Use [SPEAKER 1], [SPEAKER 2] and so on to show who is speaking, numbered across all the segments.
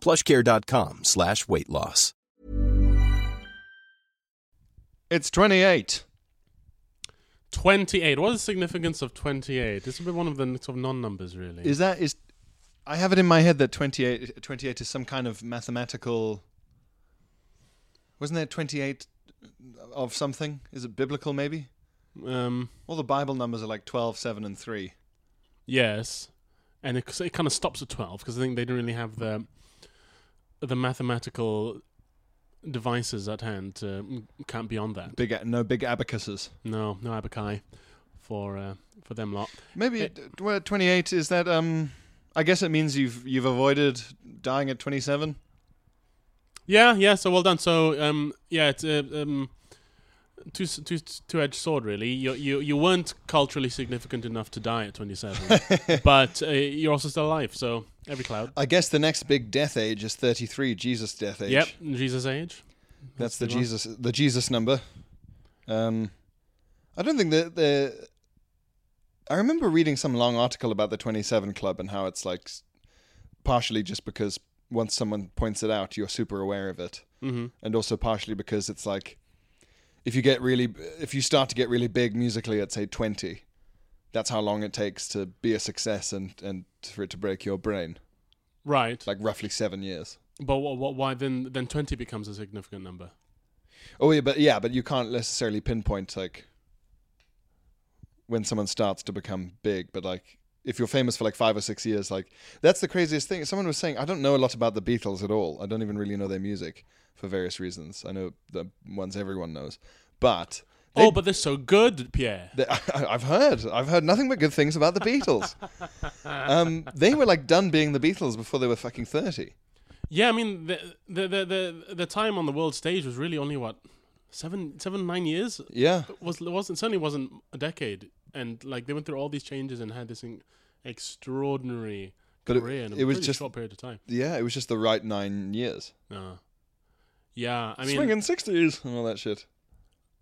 [SPEAKER 1] Plushcare.com slash weight loss.
[SPEAKER 2] It's 28.
[SPEAKER 3] 28. What is the significance of 28? This would be one of the n- sort of non numbers, really.
[SPEAKER 2] Is that is I have it in my head that 28 28 is some kind of mathematical Wasn't there 28 of something? Is it biblical maybe?
[SPEAKER 3] um,
[SPEAKER 2] All the Bible numbers are like 12, 7 and 3.
[SPEAKER 3] yes. And it, it kind of stops at 12 because I think they don't really have the the mathematical devices at hand to mm, count beyond that.
[SPEAKER 2] Big a- no big abacuses.
[SPEAKER 3] No, no Abakai for uh, for them lot.
[SPEAKER 2] Maybe
[SPEAKER 3] It-
[SPEAKER 2] it, well, 28 is that um I guess it means you've you've avoided dying at 27.
[SPEAKER 3] Yeah, yeah. So well done. So um, yeah, it's uh, um, two s- two two edged sword really. You you you weren't culturally significant enough to die at twenty seven, but uh, you're also still alive. So every cloud.
[SPEAKER 2] I guess the next big death age is 33, Jesus death age.
[SPEAKER 3] Yep, Jesus age.
[SPEAKER 2] That's
[SPEAKER 3] That's
[SPEAKER 2] the
[SPEAKER 3] the one.
[SPEAKER 2] Jesus the Jesus number. Um, I don't think that the. I remember reading some long article about the Twenty Seven Club and how it's like, s- partially just because once someone points it out, you're super aware of it,
[SPEAKER 3] hmm
[SPEAKER 2] and also partially because it's like, if you get really, b- if you start to get really big musically at say twenty, that's how long it takes to be a success and and for it to break your brain,
[SPEAKER 3] Right,
[SPEAKER 2] like roughly seven years.
[SPEAKER 3] but what, what, why then? Then twenty becomes a significant number.
[SPEAKER 2] Oh yeah, but yeah, but you can't necessarily pinpoint like when someone starts to become big, but like if you're famous for like five or six years, like that's the craziest thing. Someone was saying, I don't know a lot about the Beatles at all. I don't even really know their music for various reasons. I know the ones everyone knows, but they-
[SPEAKER 3] oh, but they're so good, Pierre.
[SPEAKER 2] they- I've heard, I've heard nothing but good things about the Beatles. um, they were like done being the Beatles before they were fucking thirty.
[SPEAKER 3] Yeah, I mean the the the the, the time on the world stage was really only what seven seven nine years.
[SPEAKER 2] Yeah,
[SPEAKER 3] was wasn't certainly wasn't a decade, and like they went through all these changes and had this in- extraordinary
[SPEAKER 2] But it-
[SPEAKER 3] career in a
[SPEAKER 2] it was
[SPEAKER 3] pretty
[SPEAKER 2] just-
[SPEAKER 3] short period of time.
[SPEAKER 2] yeah, it was just the right nine years.
[SPEAKER 3] Uh, yeah, I mean,
[SPEAKER 2] Swinging sixties and all that shit.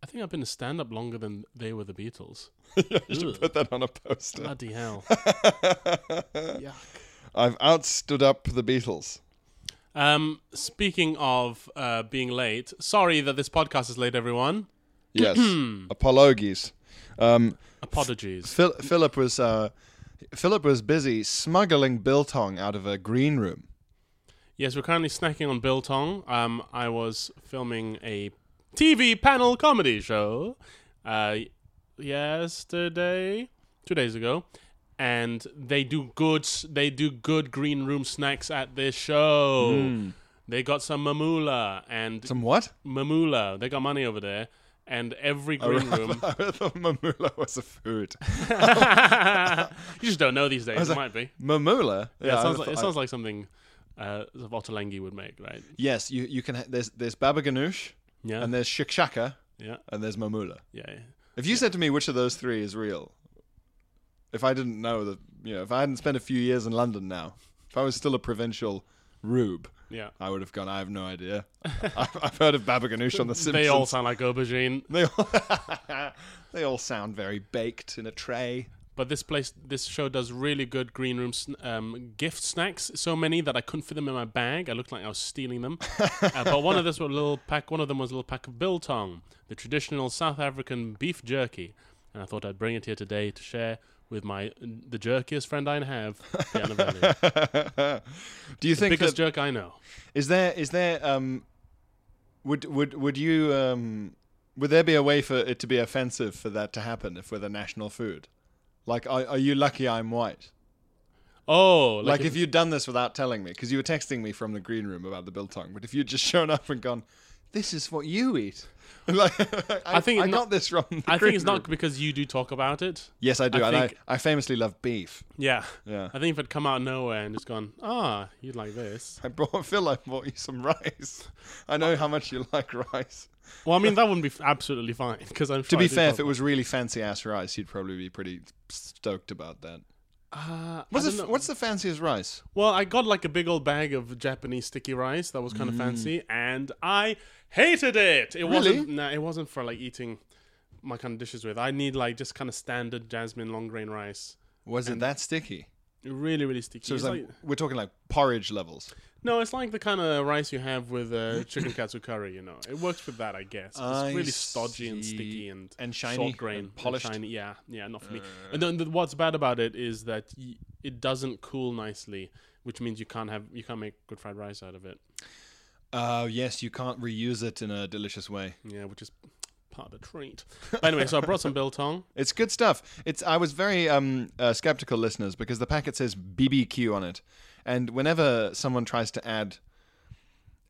[SPEAKER 3] I think I've been a stand-up longer than they were the Beatles.
[SPEAKER 2] You should
[SPEAKER 3] Ugh.
[SPEAKER 2] put that on a poster.
[SPEAKER 3] Bloody hell! Yuck.
[SPEAKER 2] I've outstood up the Beatles.
[SPEAKER 3] Um, speaking of uh, being late, sorry that this podcast is late, everyone.
[SPEAKER 2] Yes, apologies. Um,
[SPEAKER 3] Apologies.
[SPEAKER 2] Phil- Philip was uh, Philip was busy smuggling biltong out of a green room.
[SPEAKER 3] Yes, we're currently snacking on biltong. Um, I was filming a TV panel comedy show, uh, yesterday, two days ago, and they do good. s- They do good green room snacks at this show. They got some mamula and
[SPEAKER 2] Hmm. Some what?
[SPEAKER 3] mamula. They got money over there, and every
[SPEAKER 2] Oh,
[SPEAKER 3] green room.
[SPEAKER 2] I thought mamula was a food.
[SPEAKER 3] you just don't know these days. It might be.
[SPEAKER 2] Mamula.
[SPEAKER 3] Yeah, it sounds
[SPEAKER 2] I
[SPEAKER 3] like it
[SPEAKER 2] thought-
[SPEAKER 3] sounds like something uh, Ottolenghi would make, right?
[SPEAKER 2] Yes, you you can. Ha- there's there's baba ganoush,
[SPEAKER 3] Yeah.
[SPEAKER 2] and there's shikshaka,
[SPEAKER 3] yeah.
[SPEAKER 2] and there's mamula.
[SPEAKER 3] Yeah.
[SPEAKER 2] If you said to me which of those three is real, if I didn't know that, you know, if I hadn't spent a few years in London now, if I was still a provincial rube,
[SPEAKER 3] Yeah.
[SPEAKER 2] I would have gone. I have no idea. I've, I've heard of Baba Ganoush on The Simpsons.
[SPEAKER 3] They all sound like aubergine,
[SPEAKER 2] They all, they all sound very baked in a tray.
[SPEAKER 3] but this place, this show does really good green room sn- um, gift snacks. So many that I couldn't fit them in my bag. I looked like I was stealing them. uh, but one of this were little pack. One of them was a little pack of biltong, the traditional South African beef jerky, and I thought I'd bring it here today to share with my the jerkiest friend I have, Diana Valley.
[SPEAKER 2] Do you think
[SPEAKER 3] biggest
[SPEAKER 2] that,
[SPEAKER 3] jerk I know.
[SPEAKER 2] is there is there um would would would you um would there be a way for it to be offensive for that to happen if we're the national food? Like, are, are you lucky I'm white?
[SPEAKER 3] Oh,
[SPEAKER 2] Like,
[SPEAKER 3] like,
[SPEAKER 2] if, you'd done this without telling me, because you were texting me from the green room about the biltong, but if you'd just shown up and gone, this is what you eat. like, I,
[SPEAKER 3] I think
[SPEAKER 2] I
[SPEAKER 3] it's
[SPEAKER 2] got
[SPEAKER 3] not-
[SPEAKER 2] this wrong.
[SPEAKER 3] I think it's
[SPEAKER 2] Green
[SPEAKER 3] not because you do talk about it.
[SPEAKER 2] Yes, I do.
[SPEAKER 3] I
[SPEAKER 2] and
[SPEAKER 3] think-
[SPEAKER 2] I, I famously love beef.
[SPEAKER 3] Yeah.
[SPEAKER 2] Yeah.
[SPEAKER 3] I think if it come out of nowhere and just gone, ah, you'd like this.
[SPEAKER 2] I brought Phil. I bought you some rice. I know how much you like rice.
[SPEAKER 3] Well, I mean, that wouldn't be f- absolutely fine because I'm.
[SPEAKER 2] To
[SPEAKER 3] sure I
[SPEAKER 2] be
[SPEAKER 3] do
[SPEAKER 2] fair,
[SPEAKER 3] talk
[SPEAKER 2] if it was really fancy ass rice, you'd probably be pretty stoked about that.
[SPEAKER 3] about- Uh,
[SPEAKER 2] What's, the,
[SPEAKER 3] I don't
[SPEAKER 2] f-
[SPEAKER 3] know.
[SPEAKER 2] what's the fanciest rice?
[SPEAKER 3] Well, I got like a big old bag of Japanese sticky rice that was kind of fancy, and I hated it. It wasn't.
[SPEAKER 2] Mm. Really?
[SPEAKER 3] Nah, it wasn't for like eating my kind of dishes with. I need like just kind of standard jasmine long grain rice.
[SPEAKER 2] Was it that sticky?
[SPEAKER 3] Really, really sticky.
[SPEAKER 2] So it's
[SPEAKER 3] It's
[SPEAKER 2] like,
[SPEAKER 3] like-
[SPEAKER 2] we're talking like porridge levels.
[SPEAKER 3] no, it's like the kind of rice you have with uh, chicken katsu curry. You know, it works with that, I guess.
[SPEAKER 2] I
[SPEAKER 3] It's really stodgy and
[SPEAKER 2] see.
[SPEAKER 3] sticky and
[SPEAKER 2] And shiny
[SPEAKER 3] short grain,
[SPEAKER 2] and
[SPEAKER 3] and
[SPEAKER 2] polished.
[SPEAKER 3] shiny. Yeah, yeah, not for me. And then the, what's bad about it is that y- it doesn't cool nicely, which means you can't have you can't make good fried rice out of it.
[SPEAKER 2] Oh yes, you can't reuse it in a delicious way.
[SPEAKER 3] Yeah, which is part of the treat. But anyway, so I brought some biltong.
[SPEAKER 2] It's good stuff. It's I was very um, uh, skeptical, listeners, because the packet says BBQ on it, and whenever someone tries to add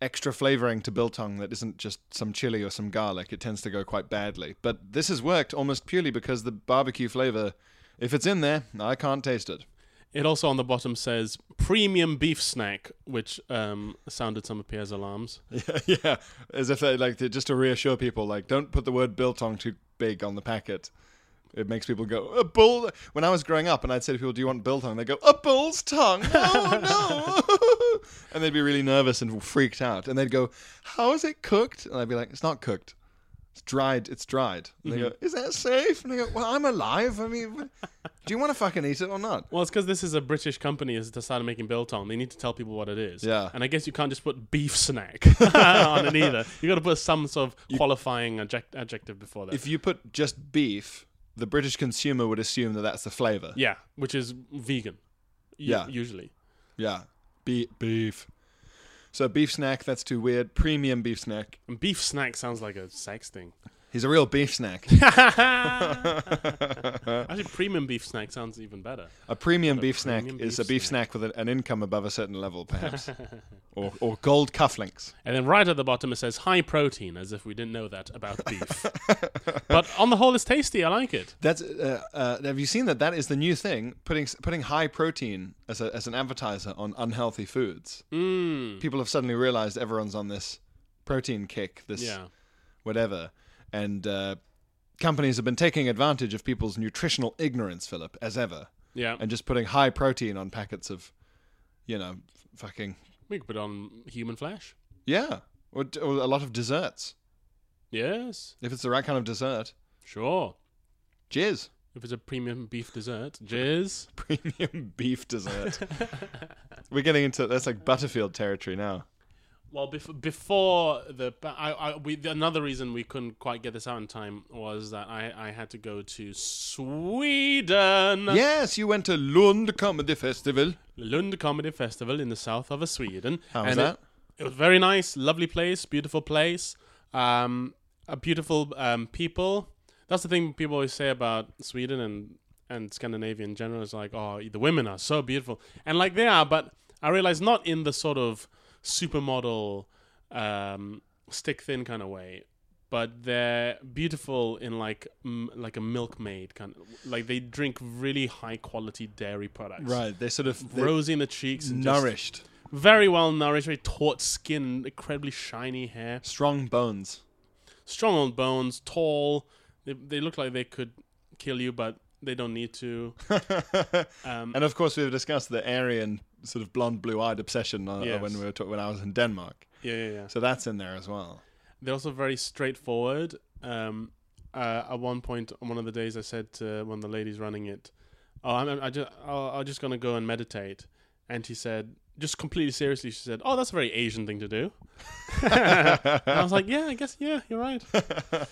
[SPEAKER 2] extra flavoring to biltong that isn't just some chili or some garlic, it tends to go quite badly. But this has worked almost purely because the barbecue flavor, if it's in there, I can't taste it.
[SPEAKER 3] It also on the bottom says premium beef snack, which um, sounded some of Pierre's alarms.
[SPEAKER 2] yeah, as if they like to, just to reassure people, like don't put the word biltong too big on the packet. It makes people go a bull. When I was growing up, and I'd say to people, "Do you want biltong?" They go a bull's tongue. Oh no! and they'd be really nervous and freaked out, and they'd go, "How is it cooked?" And I'd be like, "It's not cooked. It's dried. It's dried." And they go, "Is that safe?" And I go, "Well, I'm alive. I mean, do you want to fucking eat it or not?"
[SPEAKER 3] Well, it's because this is a British company has decided making biltong. They need to tell people what it is.
[SPEAKER 2] Yeah.
[SPEAKER 3] And I guess you can't just put beef snack on it either. You got to put some sort of qualifying adject- adjective before that.
[SPEAKER 2] If you put just beef, the British consumer would assume that that's the flavor.
[SPEAKER 3] yeah, which is vegan. u-
[SPEAKER 2] Yeah.
[SPEAKER 3] Usually.
[SPEAKER 2] Yeah. Be- beef. So beef snack, that's too weird. Premium beef snack.
[SPEAKER 3] And beef snack sounds like a sex thing.
[SPEAKER 2] He's a real beef snack. Uh.
[SPEAKER 3] Actually, premium beef snack sounds even better.
[SPEAKER 2] A premium beef snack
[SPEAKER 3] premium
[SPEAKER 2] is
[SPEAKER 3] beef
[SPEAKER 2] a beef snack, with an, an income above a certain level, perhaps. or, or gold cufflinks.
[SPEAKER 3] And then right at the bottom it says high protein, as if we didn't know that about beef. but on the whole, it's tasty. I like it.
[SPEAKER 2] That's uh, uh, have you seen that? That is the new thing. Putting s- putting high protein as a, as an advertiser on unhealthy foods.
[SPEAKER 3] Mm.
[SPEAKER 2] People have suddenly realized everyone's on this protein kick. This
[SPEAKER 3] Yeah.
[SPEAKER 2] whatever. And uh, companies have been taking advantage of people's nutritional ignorance, Philip, as ever.
[SPEAKER 3] Yeah.
[SPEAKER 2] and just putting high protein on packets of, you know, f- fucking
[SPEAKER 3] we could put on human flesh.
[SPEAKER 2] yeah, or, d- or a lot of desserts.
[SPEAKER 3] Yes.
[SPEAKER 2] If it's the right kind of dessert,
[SPEAKER 3] Sure.
[SPEAKER 2] jizz,
[SPEAKER 3] If it's a premium beef dessert, jizz.
[SPEAKER 2] premium beef dessert. We're getting into that's like Butterfield territory now.
[SPEAKER 3] Well, bef- before the ba- I, I we another reason we couldn't quite get this out in time was that I I had to go to Sweden.
[SPEAKER 2] Yes, you went to Lund Comedy Festival.
[SPEAKER 3] Lund Comedy Festival in the south of Sweden.
[SPEAKER 2] How was
[SPEAKER 3] And it-
[SPEAKER 2] that?
[SPEAKER 3] It, was very nice, lovely place, beautiful place, um, a beautiful um, people. That's the thing people always say about Sweden and and Scandinavia in general is like, oh, the women are so beautiful, and like they are, but I realize not in the sort of supermodel, um, stick thin kind of way. But they're beautiful in like m- like a milkmaid kind of like they drink really high quality dairy products
[SPEAKER 2] Right, they sort of they
[SPEAKER 3] rosy in the cheeks and just
[SPEAKER 2] nourished,
[SPEAKER 3] very well nourished, very taut skin, incredibly shiny hair,
[SPEAKER 2] strong bones.
[SPEAKER 3] strong old bones, tall. They, they look like they could kill you, but they don't need to. Um,
[SPEAKER 2] And of course, we've discussed the Aryan sort of blonde, blue-eyed obsession uh,
[SPEAKER 3] Yes.
[SPEAKER 2] when we were ta- when I was in Denmark.
[SPEAKER 3] yeah, yeah, yeah.
[SPEAKER 2] So that's in there as well.
[SPEAKER 3] They're also very straightforward. Um, uh, at one point, on one of the days, I said to one of the ladies running it, "Oh, I'm, I'm, I just, oh, I'm just gonna go and meditate," and she said. Just completely seriously, she said, "Oh, that's a very Asian thing to do." and I was like, "Yeah, I guess, yeah, you're right."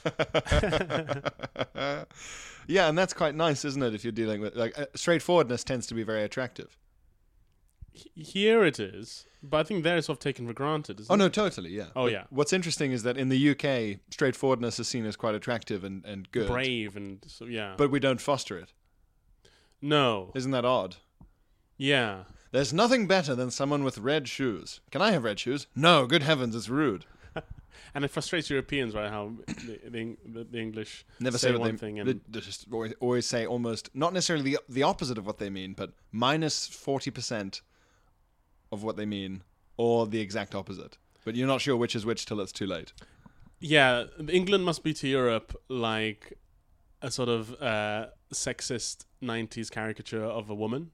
[SPEAKER 2] yeah, and that's quite nice, isn't it? If you're dealing with like uh, straightforwardness tends to be very attractive.
[SPEAKER 3] H- here it is, but I think there it's sort of taken for granted. Isn't
[SPEAKER 2] Oh
[SPEAKER 3] it?
[SPEAKER 2] no, totally, yeah.
[SPEAKER 3] Oh yeah,
[SPEAKER 2] What's interesting is that in the UK, straightforwardness is seen as quite attractive and, and good,
[SPEAKER 3] brave and so yeah.
[SPEAKER 2] but we don't foster it.
[SPEAKER 3] no,
[SPEAKER 2] Isn't that odd?
[SPEAKER 3] yeah,
[SPEAKER 2] There's nothing better than someone with red shoes. Can I have red shoes? No, good heavens, it's rude.
[SPEAKER 3] and it frustrates Europeans, right? How the, the, the- the English
[SPEAKER 2] Never
[SPEAKER 3] say,
[SPEAKER 2] say, what
[SPEAKER 3] one
[SPEAKER 2] they,
[SPEAKER 3] thing and
[SPEAKER 2] they they just always, always say almost not necessarily the, the opposite of what they mean, but minus forty percent of what they mean, or the exact opposite. But you're not sure which is which till it's too late.
[SPEAKER 3] yeah, England must be to Europe like a sort of uh, sexist '90s caricature of a woman.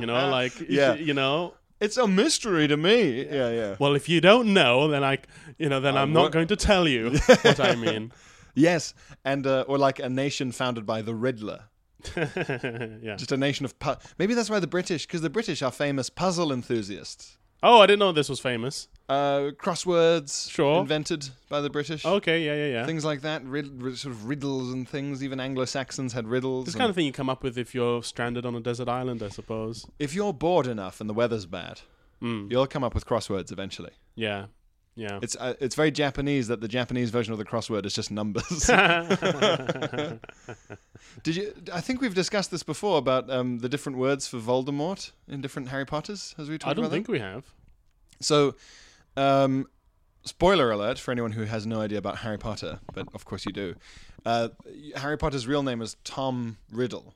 [SPEAKER 3] you know, like
[SPEAKER 2] Yeah.
[SPEAKER 3] you know.
[SPEAKER 2] It's a mystery to me. Yeah, yeah.
[SPEAKER 3] Well, if you don't know, then I, you know, then I'm not
[SPEAKER 2] what-
[SPEAKER 3] going to tell you what I mean.
[SPEAKER 2] Yes, and uh, or like a nation founded by the Riddler,
[SPEAKER 3] yeah.
[SPEAKER 2] just a nation of pu- maybe that's why the British, because the British are famous puzzle enthusiasts.
[SPEAKER 3] Oh, I didn't know this was famous.
[SPEAKER 2] Uh, crosswords
[SPEAKER 3] Sure.
[SPEAKER 2] invented by the British.
[SPEAKER 3] Okay, yeah, yeah, yeah.
[SPEAKER 2] Things like that, rid- rid- sort of riddles and things. Even Anglo Saxons had riddles.
[SPEAKER 3] This
[SPEAKER 2] and-
[SPEAKER 3] kind of thing you come up with if you're stranded on a desert island, I suppose.
[SPEAKER 2] if you're bored enough and the weather's bad,
[SPEAKER 3] Mm.
[SPEAKER 2] you'll come up with crosswords eventually.
[SPEAKER 3] Yeah, yeah.
[SPEAKER 2] It's uh, it's very Japanese that the Japanese version of the crossword is just numbers. Did you? I think we've discussed this before about um, the different words for Voldemort in different Harry Potters. As we talked
[SPEAKER 3] I don't
[SPEAKER 2] about
[SPEAKER 3] think we have.
[SPEAKER 2] that. So, um, spoiler alert for anyone who has no idea about Harry Potter, but of course you do. Uh, Harry Potter's real name is Tom Riddle.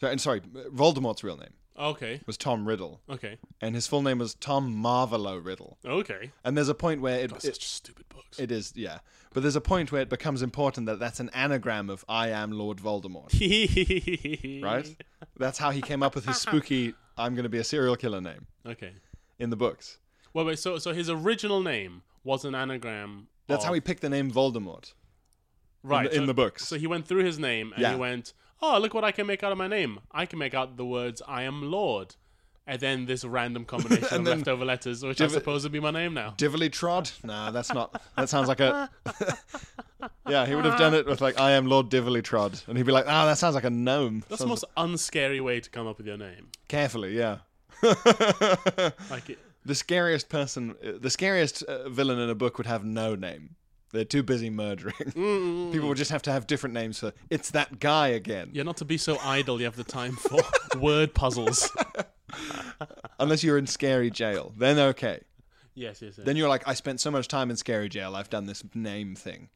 [SPEAKER 2] So- And sorry, Voldemort's real name
[SPEAKER 3] Okay,
[SPEAKER 2] was Tom Riddle,
[SPEAKER 3] okay,
[SPEAKER 2] and his full name was Tom Marvolo Riddle.
[SPEAKER 3] okay.
[SPEAKER 2] And there's a point where it,
[SPEAKER 3] That's
[SPEAKER 2] it,
[SPEAKER 3] such stupid books.
[SPEAKER 2] it is, yeah. But there's a point where it becomes important that that's an anagram of I am Lord Voldemort, right? that's how he came up with his spooky I'm going to be a serial killer name
[SPEAKER 3] Okay.
[SPEAKER 2] in the books.
[SPEAKER 3] Well, wait. So, so his original name was an anagram.
[SPEAKER 2] That's
[SPEAKER 3] of-
[SPEAKER 2] how he picked the name Voldemort.
[SPEAKER 3] Oh. right
[SPEAKER 2] in
[SPEAKER 3] so-
[SPEAKER 2] the books.
[SPEAKER 3] So he went through his name and
[SPEAKER 2] Yeah.
[SPEAKER 3] he went, "Oh, look what I can make out of my name. I can make out the words I am Lord." And then this random combination of
[SPEAKER 2] And then-
[SPEAKER 3] leftover letters, which I
[SPEAKER 2] Div-
[SPEAKER 3] suppose would be my name now.
[SPEAKER 2] Divily Trod? Nah, that's not. That sounds like a. yeah, he would have done it with like I am Lord Divily Trod, and he'd be like, ah, that sounds like a gnome.
[SPEAKER 3] That's the
[SPEAKER 2] Sounds-
[SPEAKER 3] most unscary way to come up with your name.
[SPEAKER 2] Carefully, yeah.
[SPEAKER 3] Like, it-
[SPEAKER 2] The scariest person, uh, the scariest uh, villain in a book would have no name. They're too busy murdering. People would just have to have different names for it's that guy again.
[SPEAKER 3] yeah, not to be so idle. You have the time for word puzzles.
[SPEAKER 2] Unless you're in scary jail, then okay.
[SPEAKER 3] Yes, yes, yes.
[SPEAKER 2] Then you're like, I spent so much time in scary jail, I've done this name thing.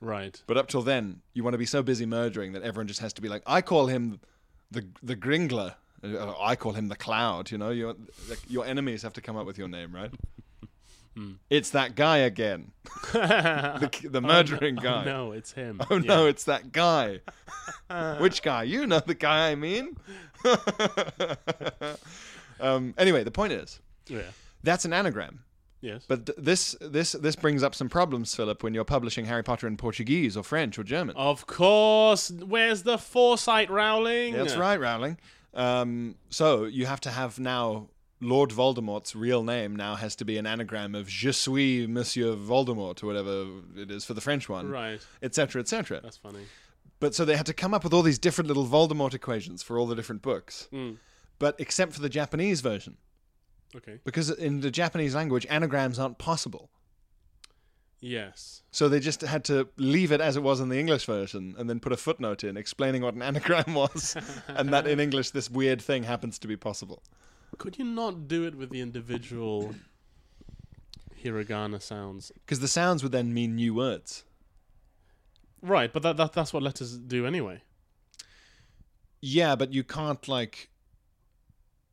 [SPEAKER 3] right.
[SPEAKER 2] But up till then, you want to be so busy murdering that everyone just has to be like, I call him the the Gringler. Uh, I call him the Cloud. You know, your like, your enemies have to come up with your name, right? It's that guy again, the, the murdering guy.
[SPEAKER 3] Oh, no, it's him.
[SPEAKER 2] Oh no, it's that guy. Which guy? You know the guy I mean. um, anyway, the point is
[SPEAKER 3] Yeah.
[SPEAKER 2] that's an anagram.
[SPEAKER 3] Yes.
[SPEAKER 2] But th- this this this brings up some problems, Philip, when you're publishing Harry Potter in Portuguese or French or German.
[SPEAKER 3] of course. Where's the foresight, Rowling?
[SPEAKER 2] That's right, Rowling. Um, so you have to have now Lord Voldemort's real name now has to be an anagram of Je suis Monsieur Voldemort or whatever it is for the French one,
[SPEAKER 3] Right.
[SPEAKER 2] etc., etc.
[SPEAKER 3] That's funny.
[SPEAKER 2] But so they had to come up with all these different little Voldemort equations for all the different books.
[SPEAKER 3] Hmm.
[SPEAKER 2] But except for the Japanese version,
[SPEAKER 3] Okay.
[SPEAKER 2] because in the Japanese language, anagrams aren't possible.
[SPEAKER 3] Yes.
[SPEAKER 2] So they just had to leave it as it was in the English version and then put a footnote in explaining what an anagram was and that in English this weird thing happens to be possible.
[SPEAKER 3] Could you not do it with the individual hiragana sounds?
[SPEAKER 2] Because the sounds would then mean new words.
[SPEAKER 3] Right, but that, that that's what letters do anyway.
[SPEAKER 2] Yeah, but you can't like.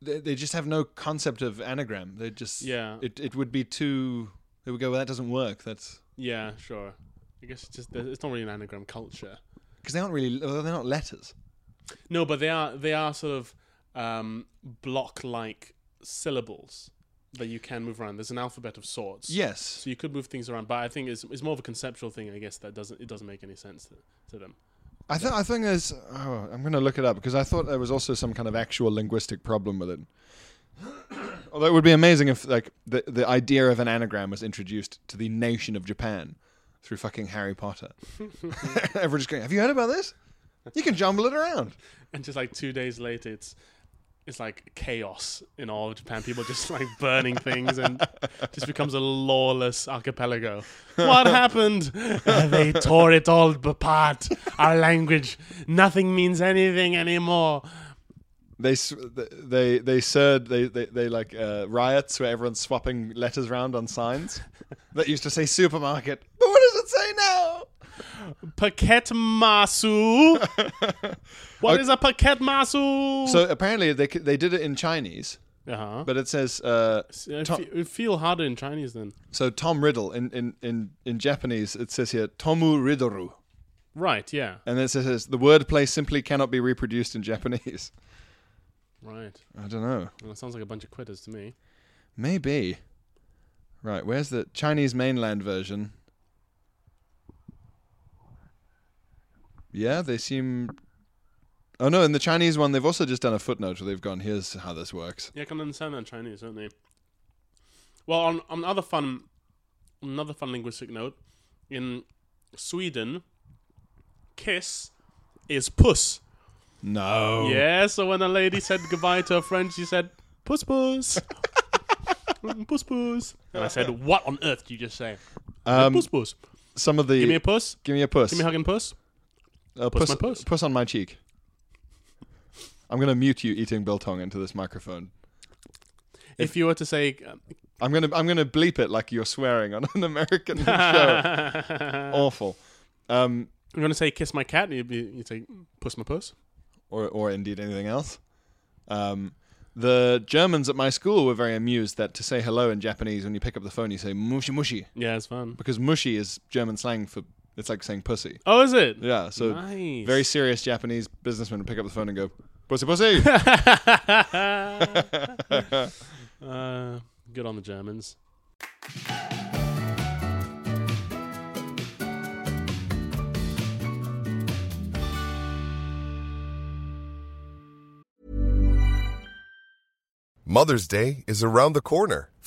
[SPEAKER 2] They, they just have no concept of anagram. They just
[SPEAKER 3] Yeah.
[SPEAKER 2] It it would be too. They would go. Well, that doesn't work. That's
[SPEAKER 3] Yeah, sure. I guess it's just it's not really an anagram culture.
[SPEAKER 2] because they aren't really. well, They're not letters.
[SPEAKER 3] No, but they are they are sort of um, block like syllables that you can move around. There's an alphabet of sorts.
[SPEAKER 2] Yes.
[SPEAKER 3] So you could move things around, but I think it's, it's more of a conceptual thing. I guess that doesn't it doesn't make any sense to, to them.
[SPEAKER 2] I think I think there's. Oh, I'm going to look it up because I thought there was also some kind of actual linguistic problem with it. Although it would be amazing if like the the idea of an anagram was introduced to the nation of Japan through fucking Harry Potter. Everyone just going, "Have you heard about this? You can jumble it around."
[SPEAKER 3] And just like two days later, it's it's like chaos in all of Japan. People just like burning things and just becomes a lawless archipelago. What happened? they tore it all apart. Our language, nothing means anything anymore.
[SPEAKER 2] they s- they they surd they they, they like uh, riots where everyone's swapping letters around on signs that used to say supermarket. But what does it say now?
[SPEAKER 3] Paquet Masu. What is a Paquet Masu?
[SPEAKER 2] So apparently they c- they did it in Chinese,
[SPEAKER 3] uh-huh.
[SPEAKER 2] but it says uh,
[SPEAKER 3] I
[SPEAKER 2] Tom-
[SPEAKER 3] fe- it feel harder in Chinese then.
[SPEAKER 2] so Tom Riddle in, in in in Japanese it says here Tomu Ridoru,
[SPEAKER 3] Right, yeah.
[SPEAKER 2] and then it says the wordplay simply cannot be reproduced in Japanese.
[SPEAKER 3] Right.
[SPEAKER 2] I don't know.
[SPEAKER 3] Well, it sounds like a bunch of quitters to me.
[SPEAKER 2] Maybe. Right, where's the Chinese mainland version? Yeah, they seem. Oh no, in the Chinese one, they've also just done a footnote where they've gone, here's how this works.
[SPEAKER 3] Yeah, I can understand that in Chinese, don't they? Well, on, on other fun, another fun linguistic note, in Sweden, kiss is puss.
[SPEAKER 2] No.
[SPEAKER 3] Yeah, so when a lady said goodbye to her friend, she said, puss puss. puss puss. And I said, what on earth did you just say?
[SPEAKER 2] Um,
[SPEAKER 3] puss puss.
[SPEAKER 2] Some of the.
[SPEAKER 3] Give me a puss.
[SPEAKER 2] give me a puss.
[SPEAKER 3] Give me a hugging puss.
[SPEAKER 2] Uh,
[SPEAKER 3] puss
[SPEAKER 2] puss,
[SPEAKER 3] my puss.
[SPEAKER 2] puss on my cheek. I'm going to mute you eating biltong into this microphone.
[SPEAKER 3] If you were to say, uh,
[SPEAKER 2] I'm gonna I'm gonna bleep it like you're swearing on an American show. Awful, um,
[SPEAKER 3] I'm gonna say kiss my cat, and you'd, be, you'd say puss my puss.
[SPEAKER 2] or or indeed anything else. Um, the Germans at my school were very amused that to say hello in Japanese, when you pick up the phone, you say mushi mushi
[SPEAKER 3] Yeah, it's fun.
[SPEAKER 2] because mushi is German slang for it's like saying pussy.
[SPEAKER 3] Oh, is it?
[SPEAKER 2] Yeah, so
[SPEAKER 3] nice.
[SPEAKER 2] very serious Japanese businessmen would pick up the phone and go pussy pussy.
[SPEAKER 3] uh, good on the Germans.
[SPEAKER 4] Mother's Day is around the corner.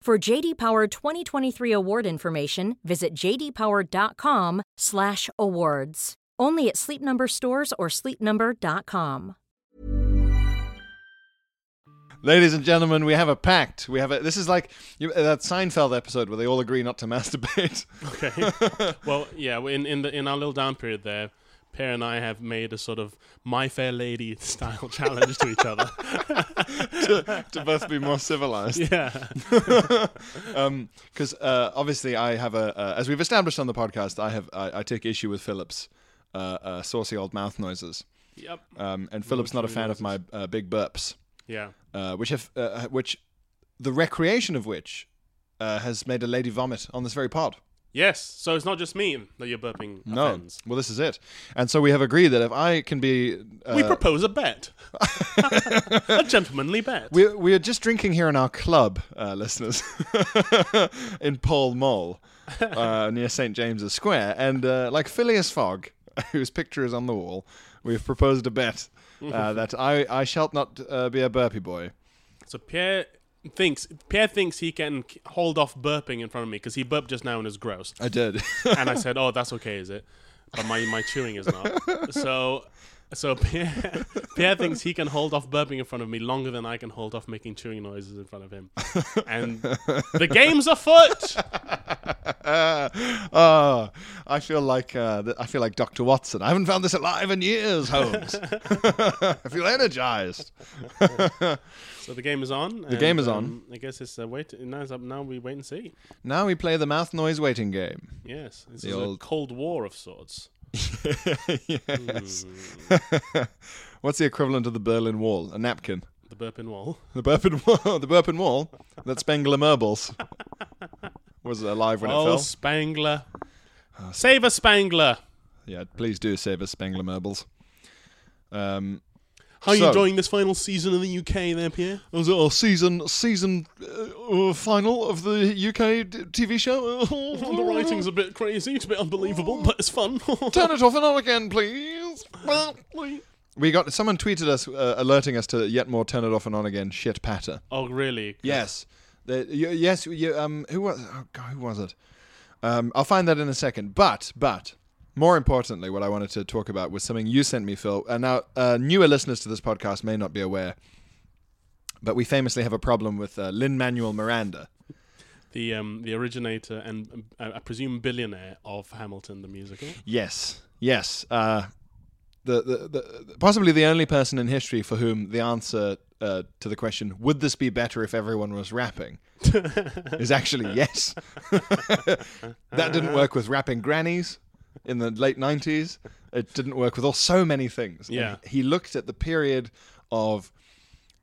[SPEAKER 5] For JD Power 2023 award information, visit jdpower.com/awards. Only at Sleep Number stores or sleepnumber.com.
[SPEAKER 2] Ladies and gentlemen, we have a pact. We have a, this is like you, uh, that Seinfeld episode where they all agree not to masturbate.
[SPEAKER 3] Okay. well, yeah. we- In in the in our little down period there, Per and I have made a sort of My Fair Lady style challenge to each other.
[SPEAKER 2] to both be more civilized.
[SPEAKER 3] yeah.
[SPEAKER 2] Because uh, obviously, I have a uh, as we've established on the podcast, I have I, I take issue with Philip's uh, uh, saucy old mouth noises,
[SPEAKER 3] Yep.
[SPEAKER 2] um, and Philip's not a fan of my uh, big burps,
[SPEAKER 3] Yeah.
[SPEAKER 2] uh, which have uh, which the recreation of which uh, has made a lady vomit on this very pod.
[SPEAKER 3] Yes. So it's not just me that you're burping.
[SPEAKER 2] No,
[SPEAKER 3] offends.
[SPEAKER 2] Oh, well, this is it, and so we have agreed that if I can be, uh,
[SPEAKER 3] we propose a bet. a gentlemanly bet.
[SPEAKER 2] We're, we're just drinking here in our club, uh, listeners, in Pall Mall, uh, near St. James's Square. And uh, like Phileas Fogg, whose picture is on the wall, we've proposed a bet uh, that I, I shall not uh, be a burpee boy.
[SPEAKER 3] So Pierre thinks Pierre thinks he can k- hold off burping in front of me because he burped just now and is gross.
[SPEAKER 2] I did.
[SPEAKER 3] And I said, "Oh, that's okay, is it?" But my my chewing is not. So so Pierre Pierre thinks he can hold off burping in front of me longer than I can hold off making chewing noises in front of him. And the game's afoot.
[SPEAKER 2] oh, I feel like uh, th- I feel like Dr. Watson. I haven't found this alive in years, Holmes. I feel energized.
[SPEAKER 3] So the game is on. The
[SPEAKER 2] game is on.
[SPEAKER 3] I guess it's uh, wait. Now, it's up, now we wait and see.
[SPEAKER 2] Now we play the mouth noise waiting game.
[SPEAKER 3] Yes, this
[SPEAKER 2] The
[SPEAKER 3] is a
[SPEAKER 2] old-
[SPEAKER 3] cold war of sorts.
[SPEAKER 2] yes. What's the equivalent of the Berlin Wall? A napkin.
[SPEAKER 3] The Burpin Wall.
[SPEAKER 2] The Burpin Wall. The Burpin Wall. That Spengler Merbles was alive when it
[SPEAKER 3] Oh,
[SPEAKER 2] fell.
[SPEAKER 3] Spangler. Save a Spangler.
[SPEAKER 2] yeah, please do save us Spengler Merbles. Um,
[SPEAKER 3] How are you
[SPEAKER 2] So-
[SPEAKER 3] enjoying this final season in the UK there, Pierre?
[SPEAKER 2] was it our season season uh, uh, final of the UK d- TV show?
[SPEAKER 3] Well, the writing's a bit crazy. It's a bit unbelievable, but it's fun.
[SPEAKER 2] Turn it off and on again, please. We got someone tweeted us uh, alerting us to yet more turn it off and on again shit patter.
[SPEAKER 3] oh, really?
[SPEAKER 2] Yes. The, y yes. You, um, who was? Oh God, who was it? Um, I'll find that in a second. But but more importantly, what I wanted to talk about was something you sent me, Phil. And now uh, newer listeners to this podcast may not be aware, but we famously have a problem with uh, Lin Manuel Miranda.
[SPEAKER 3] The um, the originator and um, I I presume billionaire of Hamilton the musical.
[SPEAKER 2] Yes. Yes. Uh, the, the, the possibly the only person in history for whom the answer uh, to the question "Would this be better if everyone was rapping?" is actually yes. that didn't work with rapping grannies in the late '90s. It didn't work with all so many things. And
[SPEAKER 3] Yeah.
[SPEAKER 2] he looked at the period of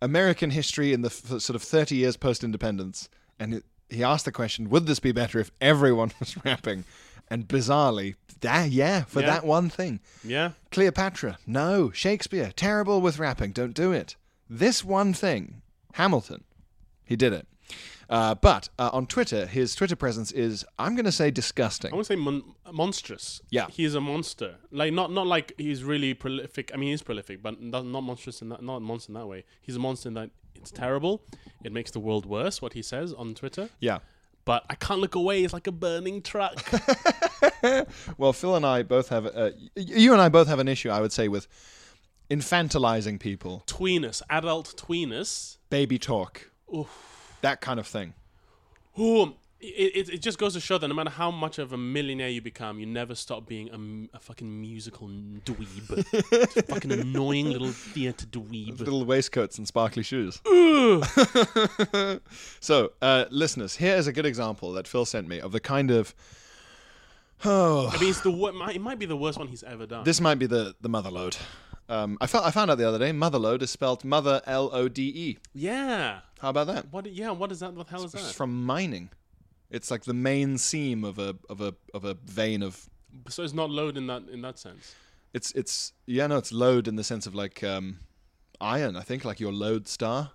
[SPEAKER 2] American history in the f- sort of 30 years post independence, and it, he asked the question, "Would this be better if everyone was rapping?" And bizarrely, that, yeah, for
[SPEAKER 3] Yeah.
[SPEAKER 2] that one thing,
[SPEAKER 3] Yeah.
[SPEAKER 2] Cleopatra, no, Shakespeare, terrible with rapping, don't do it. This one thing, Hamilton, he did it. Uh, but uh, on Twitter, his Twitter presence is, I'm going to say,
[SPEAKER 3] I
[SPEAKER 2] disgusting.
[SPEAKER 3] want to say mon- monstrous.
[SPEAKER 2] Yeah.
[SPEAKER 3] he is a monster. Like not not like he's really prolific. I mean, he's prolific, but not, not monstrous in that not a monster in that way. He's a monster in that it's terrible. It makes the world worse. What he says on Twitter.
[SPEAKER 2] Yeah.
[SPEAKER 3] But I can't look away. It's like a burning truck.
[SPEAKER 2] Well, Phil and I both have, uh, y- you and I both have an issue, I would say, with infantilizing people,
[SPEAKER 3] tweenus, adult tweenus.
[SPEAKER 2] baby talk, that kind of thing.
[SPEAKER 3] Ooh, it, it, it just goes to show that no matter how much of a millionaire you become, you never stop being a m- a, fucking musical dweeb. It's a fucking annoying little theatre dweeb.
[SPEAKER 2] little waistcoats and sparkly shoes. so, uh, listeners, here is a good example that Phil sent me of the kind of. Oh,
[SPEAKER 3] I mean, it's the wor- might- it might be the worst one he's ever done.
[SPEAKER 2] this might be the the mother load. Um, I found I found out the other day. Mother load is spelled mother L O D E.
[SPEAKER 3] yeah.
[SPEAKER 2] How about that?
[SPEAKER 3] What? Yeah. What is that? What the hell is
[SPEAKER 2] It's
[SPEAKER 3] that?
[SPEAKER 2] from mining. It's like the main seam of a of a of a vein of.
[SPEAKER 3] so it's not load in that in that sense.
[SPEAKER 2] It's it's yeah no it's load in the sense of like um, iron I think like your load star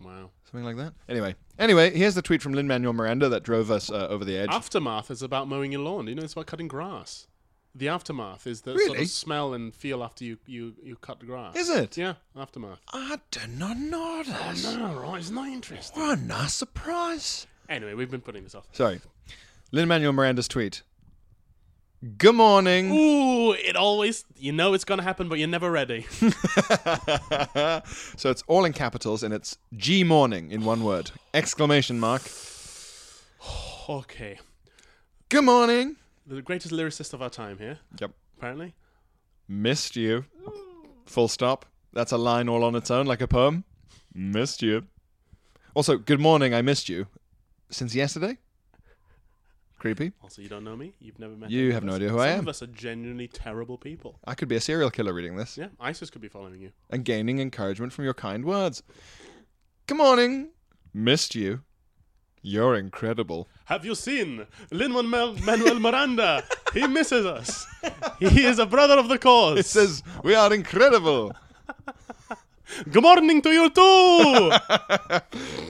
[SPEAKER 3] Wow.
[SPEAKER 2] something like that. Anyway anyway here's the tweet from Lin Manuel Miranda that drove us uh, over the edge.
[SPEAKER 3] Aftermath is about mowing your lawn. You know, it's about cutting grass. The aftermath is the sort
[SPEAKER 2] Really?
[SPEAKER 3] of smell and feel after you you you cut the grass.
[SPEAKER 2] Is it?
[SPEAKER 3] Yeah. Aftermath.
[SPEAKER 2] I did not know this.
[SPEAKER 3] No, right. It's not interesting.
[SPEAKER 2] What a nice surprise.
[SPEAKER 3] Anyway, we've been putting this off.
[SPEAKER 2] Sorry. Lin Manuel Miranda's tweet. Good morning.
[SPEAKER 3] Ooh, it always, you know it's going to happen, but you're never ready.
[SPEAKER 2] so it's all in capitals and it's G morning in one word. Exclamation mark.
[SPEAKER 3] okay.
[SPEAKER 2] Good morning.
[SPEAKER 3] The greatest lyricist of our time here,
[SPEAKER 2] Yep.
[SPEAKER 3] apparently.
[SPEAKER 2] Missed you. Full stop. That's a line all on its own, like a poem. Missed you. Also, good morning, I missed you. Since yesterday? Creepy.
[SPEAKER 3] Also, you don't know me. You've never met
[SPEAKER 2] You
[SPEAKER 3] any
[SPEAKER 2] have
[SPEAKER 3] of
[SPEAKER 2] no
[SPEAKER 3] us.
[SPEAKER 2] idea who
[SPEAKER 3] Some
[SPEAKER 2] I am.
[SPEAKER 3] of us are genuinely terrible people.
[SPEAKER 2] I could be a serial killer reading this.
[SPEAKER 3] Yeah, ISIS could be following you.
[SPEAKER 2] and gaining encouragement from your kind words. Good morning. Missed you. You're incredible.
[SPEAKER 3] Have you seen Lin Manuel Miranda? he misses us. He is a brother of the cause.
[SPEAKER 2] It says, We are incredible.
[SPEAKER 3] Good morning to you too.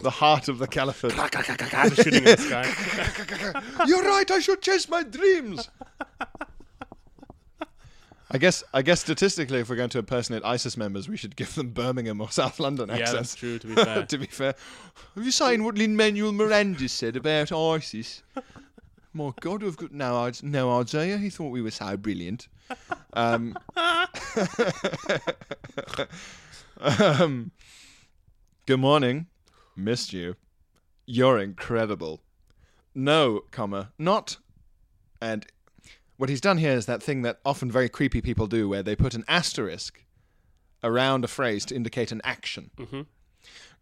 [SPEAKER 2] The heart of the caliphate.
[SPEAKER 3] God, shooting in the sky.
[SPEAKER 2] You're right, I should chase my dreams. I guess I guess statistically if we're going to impersonate ISIS members, we should give them Birmingham or South London
[SPEAKER 3] Yeah,
[SPEAKER 2] accents.
[SPEAKER 3] that's true, to be fair.
[SPEAKER 2] to be fair. Have you seen what Lin Manuel Miranda said about ISIS? My God, we've got no, id- no idea. He thought we were so brilliant. Um, um, good morning. Missed you. You're incredible. No, comma, not. And what he's done here is that thing that often very creepy people do where they put an asterisk around a phrase to indicate an action.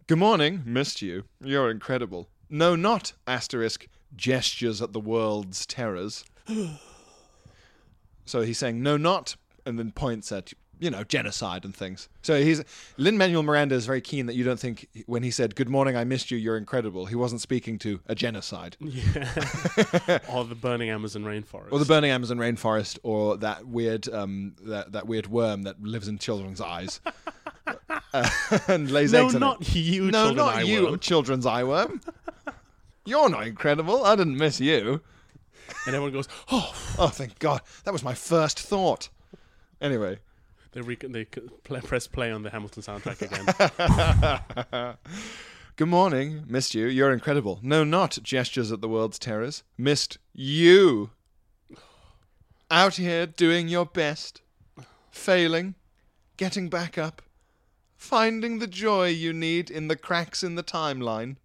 [SPEAKER 2] Good morning, missed you. You're incredible. No, not asterisk gestures at the world's terrors. so he's saying no, not, and then points at you know, genocide and things. So he's Lin Manuel Miranda is very keen that you don't think when he said "Good morning, I missed you. You're incredible." He wasn't speaking to a genocide
[SPEAKER 3] Yeah. or the burning Amazon rainforest.
[SPEAKER 2] or the burning Amazon rainforest or that weird um that, that weird worm that lives in children's eyes uh, and lays
[SPEAKER 3] no,
[SPEAKER 2] eggs. in
[SPEAKER 3] not
[SPEAKER 2] it.
[SPEAKER 3] you.
[SPEAKER 2] no,
[SPEAKER 3] children,
[SPEAKER 2] not
[SPEAKER 3] I
[SPEAKER 2] you,
[SPEAKER 3] will.
[SPEAKER 2] children's eye worm. You're not incredible. I didn't miss you.
[SPEAKER 3] And everyone goes, oh,
[SPEAKER 2] Oh, thank God. That was my first thought. Anyway.
[SPEAKER 3] they, re- they c- pl- press play on the Hamilton soundtrack again.
[SPEAKER 2] Good morning. Missed you. You're incredible. No, not gestures at the world's terrors. Missed you. Out here doing your best, failing, getting back up, finding the joy you need in the cracks in the timeline.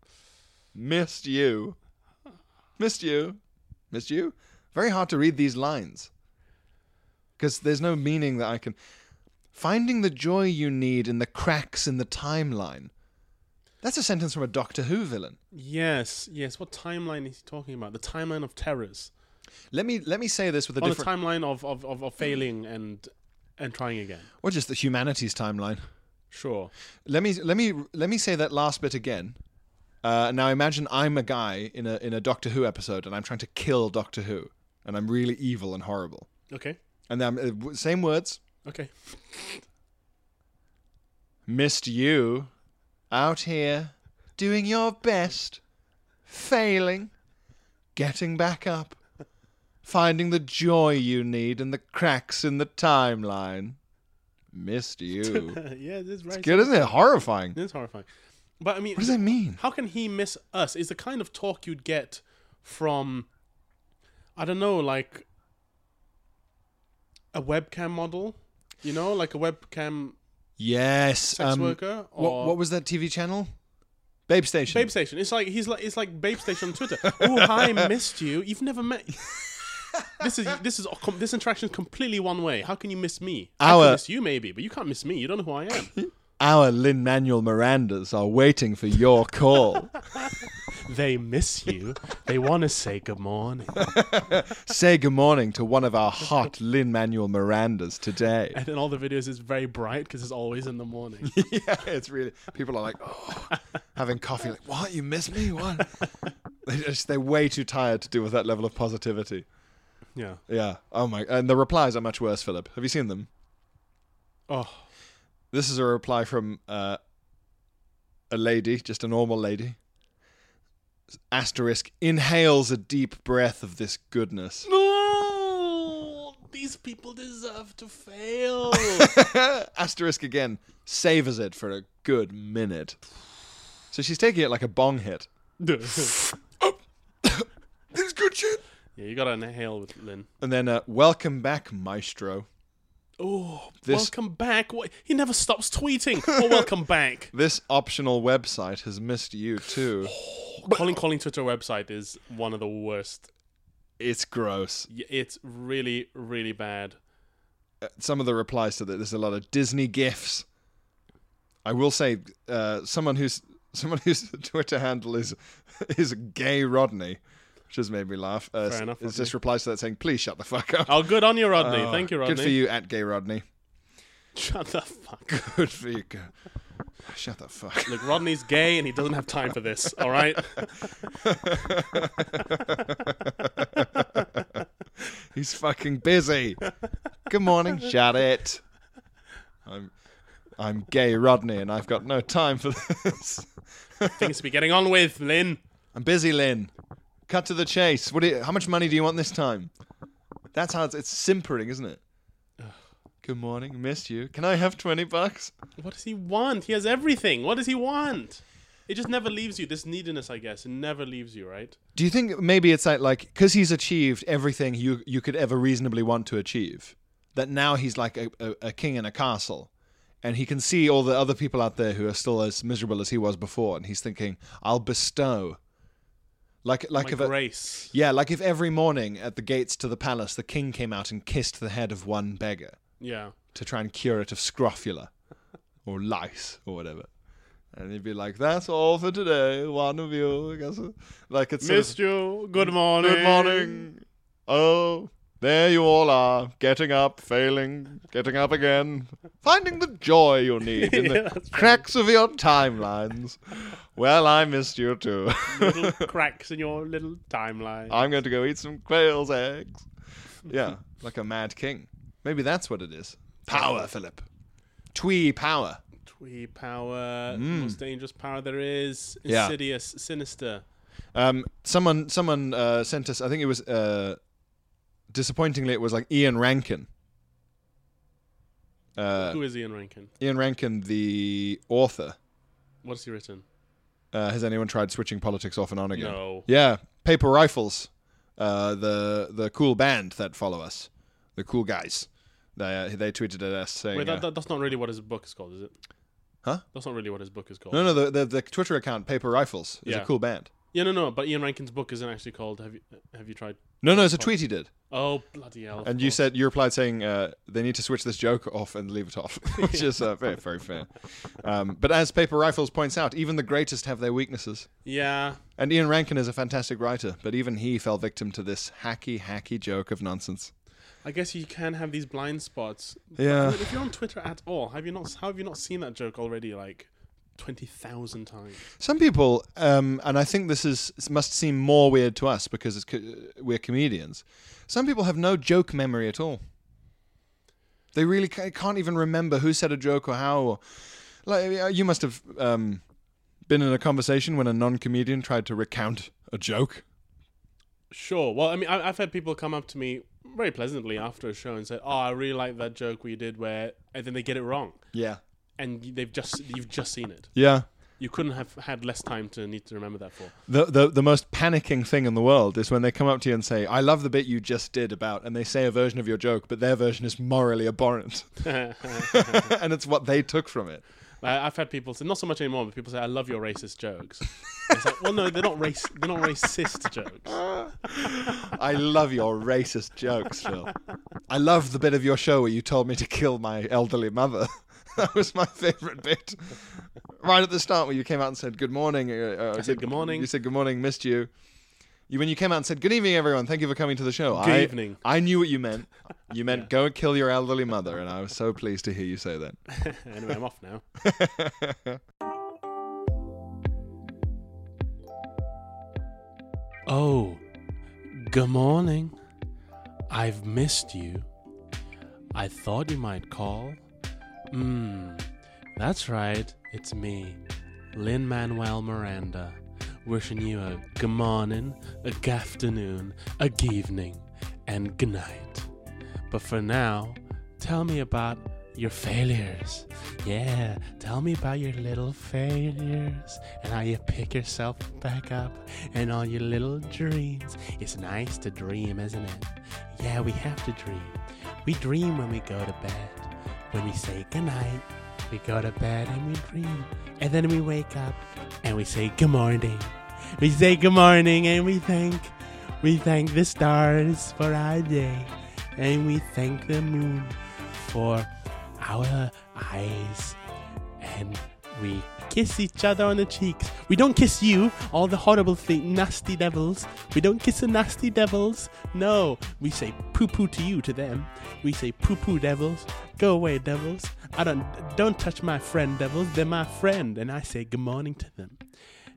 [SPEAKER 2] Missed you. Missed you. Missed you. Very hard to read these lines because there's no meaning that I can. Finding the joy you need in the cracks in the timeline. That's a sentence from a Doctor Who villain.
[SPEAKER 3] yes, yes. What timeline is he talking about? The timeline of terrors.
[SPEAKER 2] Let me let me say this with a
[SPEAKER 3] or
[SPEAKER 2] different,
[SPEAKER 3] the timeline of, of, of, of failing and and trying again.
[SPEAKER 2] or just the humanities timeline.
[SPEAKER 3] Sure.
[SPEAKER 2] Let me let me let me say that last bit again. Uh, now imagine I'm a guy in a in a Doctor Who episode, and I'm trying to kill Doctor Who, and I'm really evil and horrible.
[SPEAKER 3] Okay.
[SPEAKER 2] And then uh, w- same words,
[SPEAKER 3] Okay.
[SPEAKER 2] missed you, out here, doing your best, failing, getting back up, finding the joy you need in the cracks in the timeline. Missed you.
[SPEAKER 3] yeah, this is right.
[SPEAKER 2] Good, isn't it? Horrifying.
[SPEAKER 3] It's horrifying. But I mean,
[SPEAKER 2] What does that mean?
[SPEAKER 3] how can he miss us? Is the kind of talk you'd get from, I don't know, like a webcam model, you know, like a webcam
[SPEAKER 2] Yes. um,
[SPEAKER 3] Sex worker
[SPEAKER 2] What,
[SPEAKER 3] or-
[SPEAKER 2] what was that TV channel? Babe Station.
[SPEAKER 3] Babe Station. It's like he's like it's like Babe Station on Twitter. oh, hi, missed you. You've never met. this is this is this interaction is completely one way. How can you miss me? I
[SPEAKER 2] Our-
[SPEAKER 3] can miss you maybe, but you can't miss me. You don't know who I am.
[SPEAKER 2] Our Lin Manuel Mirandas are waiting for your call.
[SPEAKER 3] they miss you. They want to say good morning.
[SPEAKER 2] Say good morning to one of our hot Lin Manuel Mirandas today.
[SPEAKER 3] And in all the videos, it's very bright because it's always in the morning.
[SPEAKER 2] yeah, it's really people are like oh, having coffee. Like, what you miss me? What? they just they're way too tired to deal with that level of positivity.
[SPEAKER 3] Yeah.
[SPEAKER 2] Yeah. Oh my. And the replies are much worse. Philip, have you seen them?
[SPEAKER 3] Oh,
[SPEAKER 2] This is a reply from uh, a lady, just a normal lady. Asterisk inhales a deep breath of this goodness.
[SPEAKER 3] no! These people deserve to fail.
[SPEAKER 2] Asterisk again savors it for a good minute. So she's taking it like a bong hit.
[SPEAKER 3] yeah,
[SPEAKER 2] This is good shit.
[SPEAKER 3] you gotta inhale with Lynn.
[SPEAKER 2] And then uh, welcome back, Maestro.
[SPEAKER 3] Oh,
[SPEAKER 2] This-
[SPEAKER 3] welcome back. What? He never stops tweeting. Oh, welcome back.
[SPEAKER 2] This optional website has missed you too.
[SPEAKER 3] Colin Colin Twitter website is one of the worst.
[SPEAKER 2] It's gross.
[SPEAKER 3] Y- It's really, really bad.
[SPEAKER 2] Uh, Some of the replies to that, there's a lot of Disney gifs. I will say, uh, someone who's someone whose Twitter handle is is gay Rodney, which has made me laugh. Uh,
[SPEAKER 3] Fair enough,
[SPEAKER 2] It's
[SPEAKER 3] Rodney.
[SPEAKER 2] just replies to that saying, "Please shut the fuck up."
[SPEAKER 3] Oh, good on you, Rodney.
[SPEAKER 2] Oh,
[SPEAKER 3] Thank you, Rodney.
[SPEAKER 2] Good for you, at gay Rodney.
[SPEAKER 3] Shut the fuck. up.
[SPEAKER 2] Good for you. Go- Shut the fuck.
[SPEAKER 3] Look, Rodney's gay and he doesn't have time for this. All right.
[SPEAKER 2] He's fucking busy. Good morning. Shut it. I'm I'm gay Rodney and I've got no time for this.
[SPEAKER 3] Things to be getting on with, Lynn.
[SPEAKER 2] I'm busy, Lynn. Cut to the chase. What do you, how much money do you want this time? That's how it's, it's simpering, isn't it? Good morning. Missed you. Can I have 20 bucks?
[SPEAKER 3] What does he want? He has everything. What does he want? It just never leaves you. This neediness, I guess, it never leaves you, right?
[SPEAKER 2] Do you think maybe it's like like cuz he's achieved everything you you could ever reasonably want to achieve that now he's like a, a, a king in a castle and he can see all the other people out there who are still as miserable as he was before and he's thinking I'll bestow like like
[SPEAKER 3] My
[SPEAKER 2] if a,
[SPEAKER 3] grace.
[SPEAKER 2] yeah like if every morning at the gates to the palace the king came out and kissed the head of one beggar
[SPEAKER 3] Yeah.
[SPEAKER 2] to try and cure it of scrofula or lice or whatever and he'd be like that's all for today one of you I guess like it's sort of-
[SPEAKER 3] Missed you. Good morning.
[SPEAKER 2] Good morning. Oh, There you all are, getting up, failing, getting up again, finding the joy you need in the cracks of your timelines. Well, I missed you too.
[SPEAKER 3] little cracks in your little timeline.
[SPEAKER 2] I'm going to go eat some quail's eggs. Yeah, like a mad king. Maybe that's what it is. Power, Philip. Twee power.
[SPEAKER 3] Twee power, the most dangerous power there is.
[SPEAKER 2] Mm. Yeah.
[SPEAKER 3] Insidious, sinister.
[SPEAKER 2] Um, someone someone uh, sent us. I think it was uh, disappointingly it was like Ian Rankin. Uh,
[SPEAKER 3] Who is Ian Rankin?
[SPEAKER 2] Ian Rankin, the author.
[SPEAKER 3] What's he written?
[SPEAKER 2] Uh, has anyone tried switching politics off and on again?
[SPEAKER 3] No.
[SPEAKER 2] Yeah, Paper Rifles, uh, the the cool band that follow us, the cool guys. They uh, they tweeted at us saying,
[SPEAKER 3] Wait,
[SPEAKER 2] uh,
[SPEAKER 3] that, that, that's not really what his book is called, is it?
[SPEAKER 2] Huh?
[SPEAKER 3] That's not really what his book is called.
[SPEAKER 2] "No, no, the, the the Twitter account Paper Rifles is a
[SPEAKER 3] Yeah.
[SPEAKER 2] cool band."
[SPEAKER 3] Yeah, no, no. But Ian Rankin's book isn't actually called. Have you Have you tried?
[SPEAKER 2] No, no, it's a tweet he did,
[SPEAKER 3] Oh bloody hell! of
[SPEAKER 2] and you
[SPEAKER 3] course.
[SPEAKER 2] said you replied saying uh, they need to switch this joke off and leave it off, which is uh, very very fair. Um, but as Paper Rifles points out, even the greatest have their weaknesses.
[SPEAKER 3] yeah.
[SPEAKER 2] And Ian Rankin is a fantastic writer, but even he fell victim to this hacky, hacky joke of nonsense.
[SPEAKER 3] I guess you can have these blind spots. I
[SPEAKER 2] Yeah.
[SPEAKER 3] mean, if you're on Twitter at all, have you not? How have you not seen that joke already? Like twenty thousand times.
[SPEAKER 2] Some people, um, and I think this is must seem more weird to us because it's co- we're comedians. Some people have no joke memory at all. They really ca- can't even remember who said a joke or how. Or, like uh, you must have um, been in a conversation when a non-comedian tried to recount a joke.
[SPEAKER 3] Sure. Well, I mean, I, I've had people come up to me very pleasantly after a show and say, "Oh, I really like that joke we did," where and then they get it wrong,
[SPEAKER 2] Yeah.
[SPEAKER 3] and they've just you've just seen it.
[SPEAKER 2] Yeah.
[SPEAKER 3] You couldn't have had less time to need to remember that for.
[SPEAKER 2] The, the the most panicking thing in the world is when they come up to you and say, "I love the bit you just did about," and they say a version of your joke, but their version is morally abhorrent, and it's what they took from it.
[SPEAKER 3] I, I've had people say, not so much anymore, but people say, "I love your racist jokes." it's like, well, no, they're not race. They're not racist jokes.
[SPEAKER 2] I love your racist jokes, Phil. I love the bit of your show where you told me to kill my elderly mother. that was my favorite bit. Right at the start, where you came out and said, "Good morning." Uh, uh, I
[SPEAKER 3] said, "Good morning."
[SPEAKER 2] You said, "Good morning." Missed you. You when you came out and said, "Good evening, everyone. Thank you for coming to the show."
[SPEAKER 3] Good
[SPEAKER 2] I,
[SPEAKER 3] evening.
[SPEAKER 2] I knew what you meant. You meant go and kill your elderly mother, and I was so pleased to hear you say that.
[SPEAKER 3] anyway, I'm off now. oh, good morning. I've missed you. I thought you might call. Mmm, that's right. It's me, Lin Manuel Miranda, wishing you a good morning, a good afternoon, a good evening, and good night. But for now, tell me about your failures. Yeah, tell me about your little failures and how you pick yourself back up and all your little dreams. It's nice to dream, isn't it? Yeah, we have to dream. We dream when we go to bed. When we say goodnight, we go to bed and we dream. And then we wake up and we say good morning. We say good morning and we thank we thank the stars for our day, and we thank the moon for our eyes. And we kiss each other on the cheeks. We don't kiss you, all the horrible thing, nasty devils. We don't kiss the nasty devils. No, we say poo poo to you, to them. We say poo poo devils. Go away, devils. I don't don't touch my friend, devils. They're my friend, and I say good morning to them.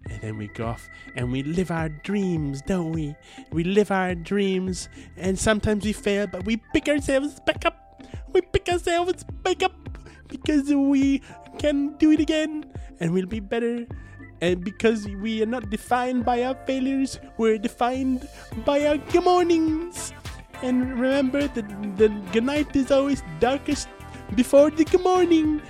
[SPEAKER 3] And then we go off and we live our dreams, don't we? We live our dreams, and sometimes we fail, but we pick ourselves back up. We pick ourselves back up because we can do it again and we'll be better. And because we are not defined by our failures, we're defined by our good mornings. And remember that the good night is always darkest before the good morning.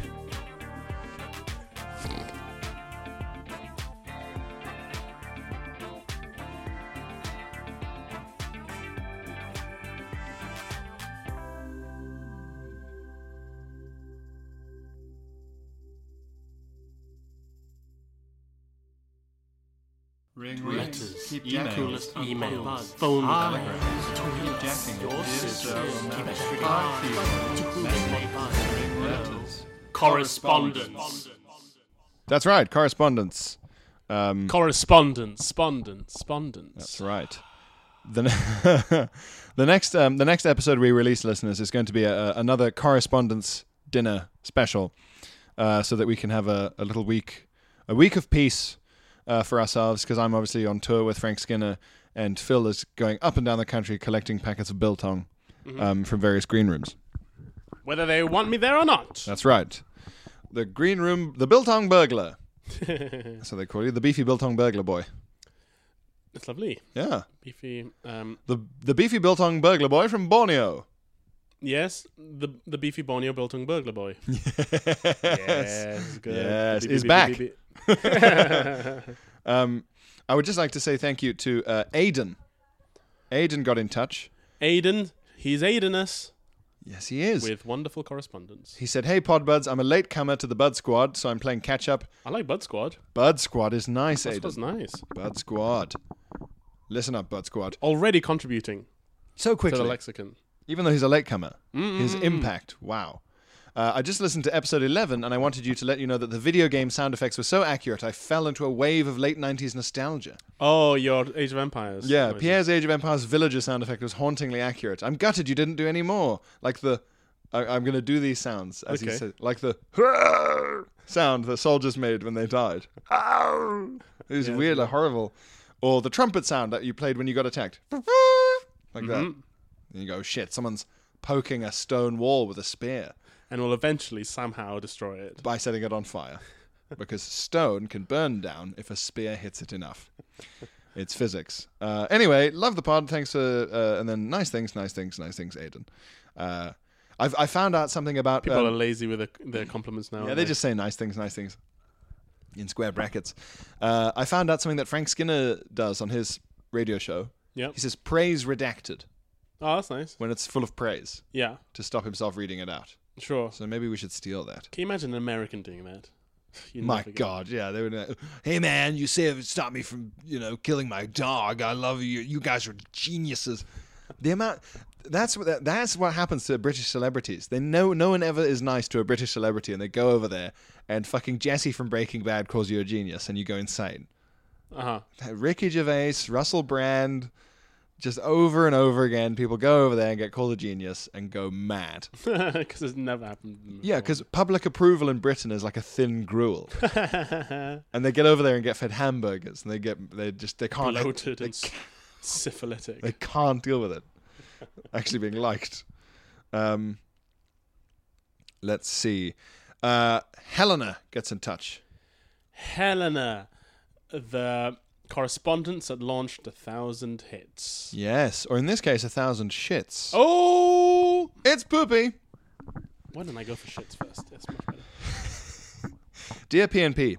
[SPEAKER 6] Ring
[SPEAKER 7] letters,
[SPEAKER 6] Keep
[SPEAKER 7] emails,
[SPEAKER 6] jacking.
[SPEAKER 7] emails, phone calls,
[SPEAKER 6] Keep jacking.
[SPEAKER 7] your sisters, keep it alive.
[SPEAKER 6] Ring letters.
[SPEAKER 7] correspondence.
[SPEAKER 2] That's right. Correspondence.
[SPEAKER 3] Correspondence, spondence, spondence.
[SPEAKER 2] That's right. the ne- the next um, the next episode we release, listeners, is going to be a, a, another correspondence dinner special, uh, so that we can have a, a little week a week of peace uh, for ourselves. Because I'm obviously on tour with Frank Skinner, and Phil is going up and down the country collecting packets of biltong um, from various green rooms.
[SPEAKER 3] Whether they want me there or not.
[SPEAKER 2] That's right. The green room, the biltong burglar. so they call you the beefy biltong burglar boy.
[SPEAKER 3] It's lovely.
[SPEAKER 2] Yeah,
[SPEAKER 3] Beefy. Um,
[SPEAKER 2] the the beefy biltong burglar boy from Borneo.
[SPEAKER 3] yes, the the beefy Borneo Biltong burglar boy. Yes, good.
[SPEAKER 2] Yes,
[SPEAKER 3] Beep,
[SPEAKER 2] he's
[SPEAKER 3] beep,
[SPEAKER 2] back.
[SPEAKER 3] beep, beep, beep.
[SPEAKER 2] Um, I would just like to say thank you to uh, Aiden. Aiden got in touch.
[SPEAKER 3] Aiden, he's aiding us
[SPEAKER 2] Yes, he is.
[SPEAKER 3] with wonderful correspondence.
[SPEAKER 2] he said, "Hey Podbuds, I'm a late comer to the Bud Squad, so I'm playing catch up.
[SPEAKER 3] I like Bud Squad.
[SPEAKER 2] Bud Squad is nice,
[SPEAKER 3] Bud
[SPEAKER 2] Aiden.
[SPEAKER 3] Squad's nice.
[SPEAKER 2] Bud Squad, listen up, Bud Squad.
[SPEAKER 3] Already contributing
[SPEAKER 2] So
[SPEAKER 3] to
[SPEAKER 2] quickly,
[SPEAKER 3] the lexicon.
[SPEAKER 2] even though he's a latecomer, his impact, wow." Uh, I just listened to episode 11 and I wanted you to let you know that the video game sound effects were so accurate I fell into a wave of late 90s nostalgia.
[SPEAKER 3] Oh, your Age of Empires.
[SPEAKER 2] Yeah,
[SPEAKER 3] noises.
[SPEAKER 2] Pierre's Age of Empires villager sound effect was hauntingly accurate. I'm gutted you didn't do any more. Like the, I, I'm going to do these sounds as he
[SPEAKER 3] Okay.
[SPEAKER 2] said, like the "Hurr!" sound that soldiers made when they died. Ow! It was weird, like horrible. Or the trumpet sound that you played when you got attacked, like that.
[SPEAKER 3] Mm-hmm.
[SPEAKER 2] Then you go, shit, someone's poking a stone wall with a spear
[SPEAKER 3] And will eventually somehow destroy it.
[SPEAKER 2] by setting it on fire, because stone can burn down if a spear hits it enough. It's physics. Uh, anyway, love the pod. Thanks for uh, and then nice things, nice things, nice things, Aiden. Uh, I've I found out something about
[SPEAKER 3] People
[SPEAKER 2] um,
[SPEAKER 3] are lazy with their, their compliments now.
[SPEAKER 2] yeah.
[SPEAKER 3] aren't
[SPEAKER 2] They just say nice things, nice things in square brackets. Uh, I found out something that Frank Skinner does on his radio show.
[SPEAKER 3] Yep.
[SPEAKER 2] He says praise redacted
[SPEAKER 3] Oh, that's nice.
[SPEAKER 2] when it's full of praise
[SPEAKER 3] Yeah,
[SPEAKER 2] to stop himself reading it out.
[SPEAKER 3] sure.
[SPEAKER 2] So maybe we should steal that.
[SPEAKER 3] Can you imagine an American doing that? You'd
[SPEAKER 2] My
[SPEAKER 3] never get-
[SPEAKER 2] God, yeah, they would. uh, hey, man, you saved, stopped me from, you know, killing my dog. I love you. You guys are geniuses. The amount that's what that's what happens to British celebrities. They know no one ever is nice to a British celebrity, and they go over there and fucking Jesse from Breaking Bad calls you a genius, and you go insane.
[SPEAKER 3] Uh-huh.
[SPEAKER 2] Ricky Gervais, Russell Brand, just over and over again, people go over there and get called a genius and go mad.
[SPEAKER 3] Because it's never happened. to me
[SPEAKER 2] Yeah, because public approval in Britain is like a thin gruel.
[SPEAKER 3] before.
[SPEAKER 2] and they get over there and get fed hamburgers and they get they just they can't
[SPEAKER 3] bloated
[SPEAKER 2] they,
[SPEAKER 3] and s- syphilitic.
[SPEAKER 2] they can't deal with it actually being liked um let's see uh helena gets in touch
[SPEAKER 3] Helena, the correspondence that launched a thousand hits.
[SPEAKER 2] yes or in this case a thousand shits
[SPEAKER 3] Oh,
[SPEAKER 2] it's poopy
[SPEAKER 3] why didn't I go for shits first? That's much better.
[SPEAKER 2] dear pnp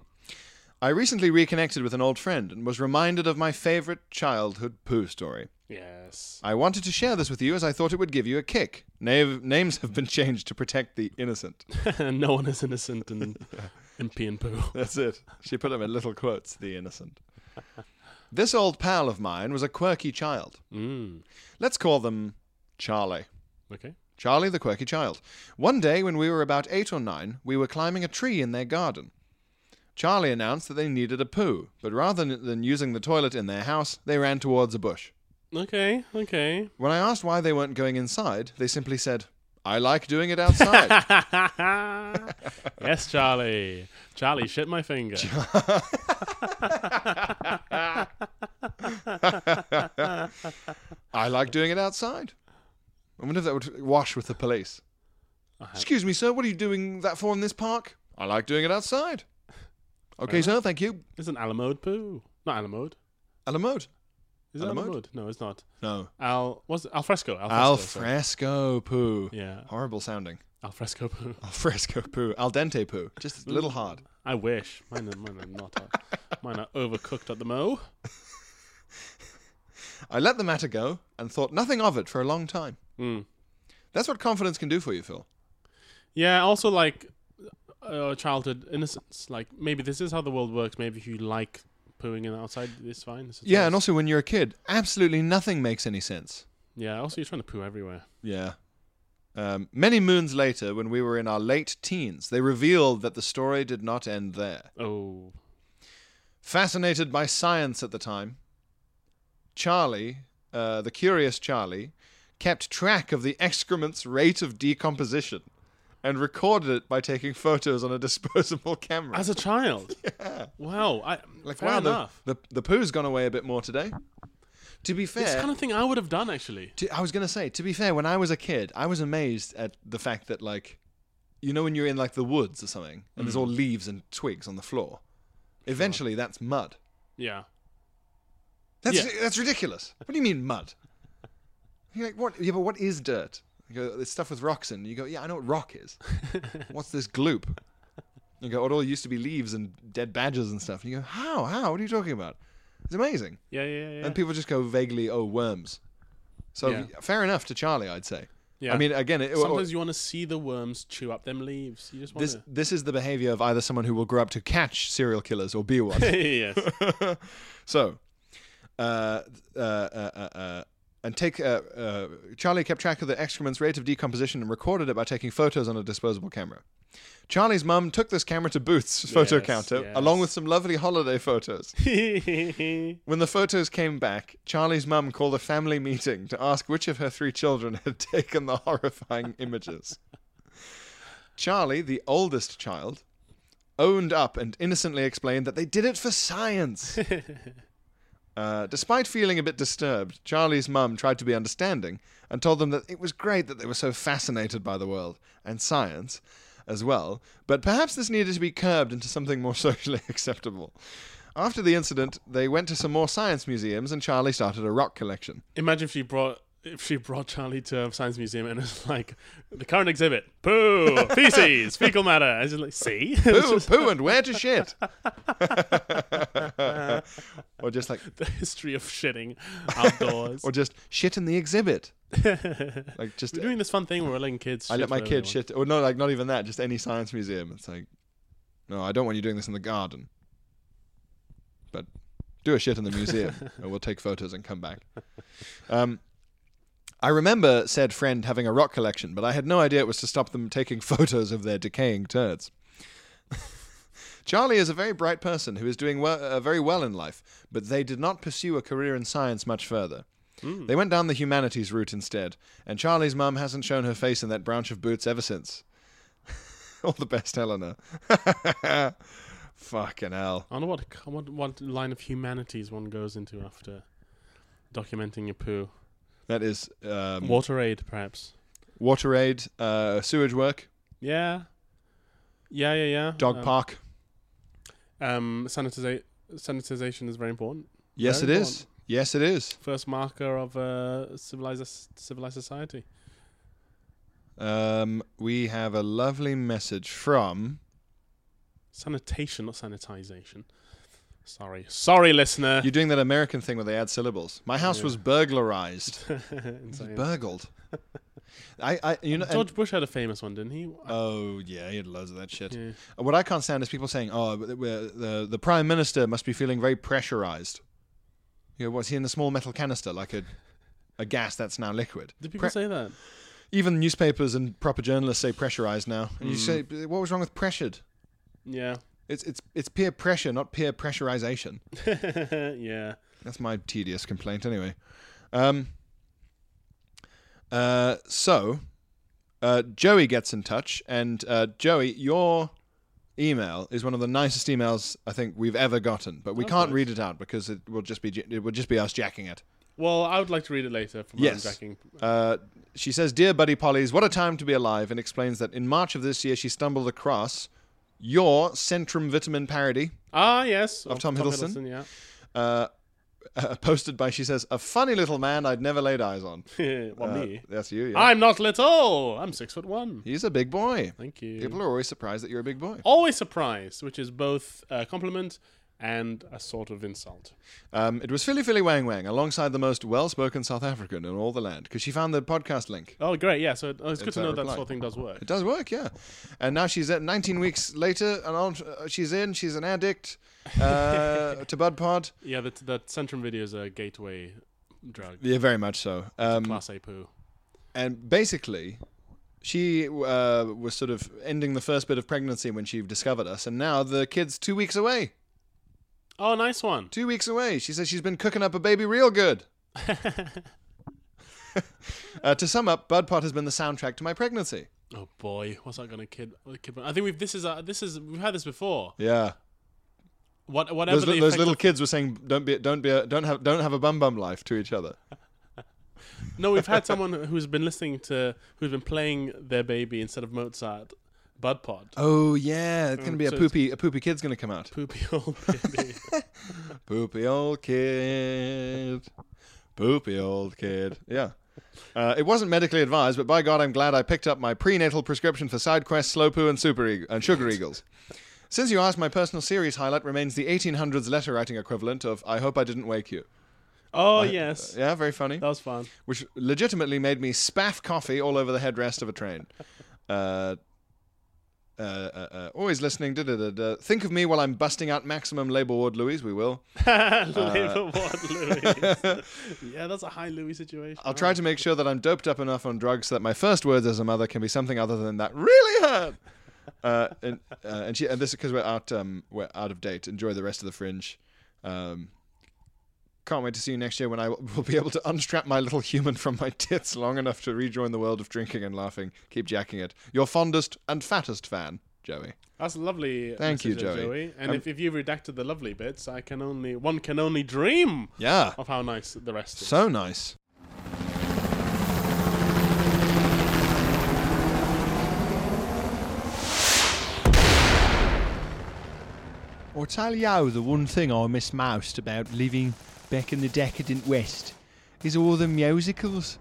[SPEAKER 2] i recently reconnected with an old friend and was reminded of my favorite childhood poo story
[SPEAKER 3] Yes.
[SPEAKER 2] I wanted to share this with you as I thought it would give you a kick. Nav- names have been changed to protect the innocent.
[SPEAKER 3] no one is innocent in, in pee and poo.
[SPEAKER 2] That's it. She put them in little quotes, the innocent. This old pal of mine was a quirky child.
[SPEAKER 3] Mm.
[SPEAKER 2] Let's call them Charlie.
[SPEAKER 3] Okay.
[SPEAKER 2] Charlie the quirky child. One day when we were about eight or nine, we were climbing a tree in their garden. Charlie announced that they needed a poo, but rather than- than using the toilet in their house, they ran towards a bush.
[SPEAKER 3] Okay. Okay.
[SPEAKER 2] When I asked why they weren't going inside, they simply said, I like doing it outside.
[SPEAKER 3] yes, Charlie. Charlie, shit my finger.
[SPEAKER 2] I like doing it outside. I wonder if that would wash with the police. Excuse me, sir, what are you doing that for in this park? I like doing it outside. Okay, sir, thank you.
[SPEAKER 3] It's an Alamode poo. Not Alamode.
[SPEAKER 2] Alamode.
[SPEAKER 3] Is it
[SPEAKER 2] Alamode?
[SPEAKER 3] Alamode? No, it's not.
[SPEAKER 2] No.
[SPEAKER 3] Al was it Alfresco. Alfresco.
[SPEAKER 2] Al
[SPEAKER 3] sorry.
[SPEAKER 2] fresco poo.
[SPEAKER 3] Yeah.
[SPEAKER 2] Horrible sounding.
[SPEAKER 3] Alfresco poo.
[SPEAKER 2] Al fresco poo. Al dente poo. Just a little hard.
[SPEAKER 3] I wish. Mine are, mine are not. uh, mine are overcooked at the mo.
[SPEAKER 2] I let the matter go and thought nothing of it for a long time.
[SPEAKER 3] Mm.
[SPEAKER 2] That's what confidence can do for you, Phil.
[SPEAKER 3] Yeah, also like uh, childhood innocence. Like maybe this is how the world works. Maybe if you like pooing in outside, it's fine. It's
[SPEAKER 2] Yeah,
[SPEAKER 3] nice.
[SPEAKER 2] and also when you're a kid, absolutely nothing makes any sense.
[SPEAKER 3] yeah. Also, you're trying to poo everywhere.
[SPEAKER 2] Yeah. Um, many moons later, when we were in our late teens, they revealed that the story did not end there.
[SPEAKER 3] Oh,
[SPEAKER 2] Fascinated by science at the time, Charlie uh, the curious Charlie kept track of the excrement's rate of decomposition and recorded it by taking photos on a disposable camera.
[SPEAKER 3] As a child. Wow. I,
[SPEAKER 2] like,
[SPEAKER 3] fair
[SPEAKER 2] wow, the,
[SPEAKER 3] enough.
[SPEAKER 2] the, the poo's gone away a bit more today. To be fair,
[SPEAKER 3] It's kind of thing I would have done actually.
[SPEAKER 2] to, I was gonna say, to be fair, when I was a kid, I was amazed at the fact that like, you know, when you're in like the woods or something, and there's all leaves and twigs on the floor. Eventually, that's mud.
[SPEAKER 3] Yeah.
[SPEAKER 2] That's
[SPEAKER 3] Yeah.
[SPEAKER 2] that's ridiculous. What do you mean mud? You're like, what? Yeah, but what is dirt? You go, it's stuff with rocks in. You go, yeah, I know what rock is. What's this gloop? You go, oh, it all used to be leaves and dead badgers and stuff. And you go, how? How? What are you talking about? It's amazing.
[SPEAKER 3] Yeah, yeah, yeah.
[SPEAKER 2] And people just go vaguely, oh, worms. So
[SPEAKER 3] Yeah.
[SPEAKER 2] fair enough to Charlie, I'd say.
[SPEAKER 3] Yeah.
[SPEAKER 2] I mean, again, it,
[SPEAKER 3] Sometimes you want to see the worms chew up them leaves. You just want
[SPEAKER 2] this
[SPEAKER 3] to.
[SPEAKER 2] this is the behavior of either someone who will grow up to catch serial killers or be one.
[SPEAKER 3] yes.
[SPEAKER 2] So, uh, uh, uh, uh, uh, and take uh, uh, Charlie kept track of the excrement's rate of decomposition and recorded it by taking photos on a disposable camera. Charlie's mum took this camera to Booth's photo
[SPEAKER 3] Yes,
[SPEAKER 2] counter
[SPEAKER 3] yes.
[SPEAKER 2] along with some lovely holiday photos. When the photos came back, Charlie's mum called a family meeting to ask which of her three children had taken the horrifying images. Charlie, the oldest child, owned up and innocently explained that they did it for science. Uh, despite feeling a bit disturbed, Charlie's mum tried to be understanding and told them that it was great that they were so fascinated by the world and science as well, but perhaps this needed to be curbed into something more socially acceptable. After the incident, they went to some more science museums and Charlie started a rock collection.
[SPEAKER 3] Imagine if she brought if she brought Charlie to a science museum and it's like the current exhibit: poo, feces, fecal matter. And she's like, see,
[SPEAKER 2] Poo, poo, and where to shit? or just like,
[SPEAKER 3] the history of shitting outdoors.
[SPEAKER 2] or just shit in the exhibit. Like just
[SPEAKER 3] We're doing this fun thing where we're letting kids.
[SPEAKER 2] I
[SPEAKER 3] shit
[SPEAKER 2] let my
[SPEAKER 3] wherever they
[SPEAKER 2] kid shit, or no, like not even that, just any science museum. It's like, no, I don't want you doing this in the garden, but do a shit in the museum, and we'll take photos and come back. Um, I remember said friend having a rock collection, but I had no idea it was to stop them taking photos of their decaying turds. Charlie is a very bright person who is doing well, uh, very well in life, but they did not pursue a career in science much further. They went down the humanities route instead, and Charlie's mum hasn't shown her face in that branch of boots ever since. All the best, Eleanor. Fucking hell.
[SPEAKER 3] I wonder what, what what line of humanities one goes into after documenting your poo.
[SPEAKER 2] That is um,
[SPEAKER 3] Water aid, perhaps.
[SPEAKER 2] water aid, uh, sewage work,
[SPEAKER 3] Yeah. Yeah, yeah, yeah.
[SPEAKER 2] dog
[SPEAKER 3] um,
[SPEAKER 2] park.
[SPEAKER 3] Um, sanitiza- sanitization is very important.
[SPEAKER 2] Yes, it
[SPEAKER 3] very
[SPEAKER 2] is. Yes, it is.
[SPEAKER 3] First marker of uh, civilized civilized society.
[SPEAKER 2] Um, we have a lovely message from.
[SPEAKER 3] Sanitation, not sanitization. Sorry, sorry, listener.
[SPEAKER 2] You're doing that American thing where they add syllables. My house was burglarized.
[SPEAKER 3] Insane.
[SPEAKER 2] Burgled. I, I, you know, and-
[SPEAKER 3] George Bush had a famous one, didn't he? Uh,
[SPEAKER 2] Oh yeah, he had loads of that shit.
[SPEAKER 3] Yeah.
[SPEAKER 2] Uh, What I can't stand is people saying, "Oh, but we're- the the prime minister must be feeling very pressurized." You know, was he in a small metal canister like a a gas that's now liquid?
[SPEAKER 3] Did people
[SPEAKER 2] Pre-
[SPEAKER 3] say that?
[SPEAKER 2] Even newspapers and proper journalists say pressurized now. And
[SPEAKER 3] Hmm.
[SPEAKER 2] you say, "But "What was wrong with pressured?"
[SPEAKER 3] Yeah,
[SPEAKER 2] It's it's it's peer pressure, not peer pressurization.
[SPEAKER 3] yeah.
[SPEAKER 2] That's my tedious complaint, anyway. Um, uh, so, uh, Joey gets in touch, and uh, Joey, your email is one of the nicest emails I think we've ever gotten, but we can't read it out because it will just be j- it will just be us jacking it.
[SPEAKER 3] Well, I would like to read it later from
[SPEAKER 2] Yes.
[SPEAKER 3] unjacking.
[SPEAKER 2] Uh, she says, "Dear Buddy Polly's, what a time to be alive!" and explains that in March of this year she stumbled across your Centrum Vitamin parody.
[SPEAKER 3] Ah, yes, of,
[SPEAKER 2] Tom Hiddleston?
[SPEAKER 3] yeah.
[SPEAKER 2] Uh, uh, posted by, she says, a funny little man I'd never laid eyes on.
[SPEAKER 3] well,
[SPEAKER 2] Uh,
[SPEAKER 3] me.
[SPEAKER 2] That's you. Yeah.
[SPEAKER 3] I'm not little. I'm six foot one.
[SPEAKER 2] He's a big boy.
[SPEAKER 3] Thank you.
[SPEAKER 2] People are always surprised that you're a big boy.
[SPEAKER 3] always surprised, which is both a compliment and a sort of insult.
[SPEAKER 2] Um, it was Philly Philly Wang Wang alongside the most well spoken South African in all the land because she found the podcast link.
[SPEAKER 3] Oh, great. Yeah. So it- oh, it's good
[SPEAKER 2] It's
[SPEAKER 3] to
[SPEAKER 2] a
[SPEAKER 3] know that
[SPEAKER 2] reply.
[SPEAKER 3] sort of thing does work.
[SPEAKER 2] It does work, yeah. And now she's at 19 weeks later, and on, uh, she's in, she's an addict uh, to Bud Pod.
[SPEAKER 3] Yeah, that that Centrum video is a gateway drug.
[SPEAKER 2] Yeah, very much so. Um,
[SPEAKER 3] Class A poo.
[SPEAKER 2] and basically, she uh, was sort of ending the first bit of pregnancy when she discovered us, and now the kid's two weeks away.
[SPEAKER 3] Oh, nice one.
[SPEAKER 2] Two weeks away. She says she's been cooking up a baby real good. Uh, to sum up, Bud Pot has been the soundtrack to my pregnancy.
[SPEAKER 3] Oh boy, what's that gonna kid? uh, kid I think we've this is uh, this is we've had this before.
[SPEAKER 2] Yeah,
[SPEAKER 3] What whatever
[SPEAKER 2] those,
[SPEAKER 3] the
[SPEAKER 2] li- those
[SPEAKER 3] effect
[SPEAKER 2] little
[SPEAKER 3] of-
[SPEAKER 2] kids were saying, "Don't be, don't be, a, don't have, don't have a bum bum life" to each other.
[SPEAKER 3] No, we've had someone who's been listening to who's been playing their baby instead of Mozart, Bud Pod.
[SPEAKER 2] Oh yeah, it's gonna be a
[SPEAKER 3] Mm, so it's-
[SPEAKER 2] poopy, a poopy kid's gonna come out.
[SPEAKER 3] Poopy old baby.
[SPEAKER 2] Poopy old kid. Poopy old kid. Yeah. Uh, it wasn't medically advised, but by God, I'm glad I picked up my prenatal prescription for side quests, slow poo, and super eag- and sugar eagles. Since you asked, my personal series highlight remains the 1800s letter writing equivalent of "I hope I didn't wake you."
[SPEAKER 3] oh yes, Oh.
[SPEAKER 2] Yeah, very funny.
[SPEAKER 3] that was fun.
[SPEAKER 2] Which legitimately made me spaff coffee all over the headrest of a train. Uh, uh, uh, uh, always listening. Da, da, da, da. Think of me while I'm busting out maximum labor ward, Louise. We will. Uh.
[SPEAKER 3] Little Ward Louis. yeah, that's a high Louis situation.
[SPEAKER 2] I'll try to make sure that I'm doped up enough on drugs so that my first words as a mother can be something other than that really hurt. Uh, and uh, and she and this is because we're out um, we're out of date. Enjoy the rest of the fringe. Um, can't wait to see you next year when I will be able to unstrap my little human from my tits long enough to rejoin the world of drinking and laughing. Keep jacking it. Your fondest and fattest fan, Joey.
[SPEAKER 3] That's lovely.
[SPEAKER 2] Thank you,
[SPEAKER 3] message of
[SPEAKER 2] Joey. Um,
[SPEAKER 3] And if, if you redacted the lovely bits, I can only one can only dream
[SPEAKER 2] Yeah,
[SPEAKER 3] of how nice the rest is.
[SPEAKER 2] so nice.
[SPEAKER 8] I'll tell you the one thing I miss most about living back in the decadent West is all the musicals.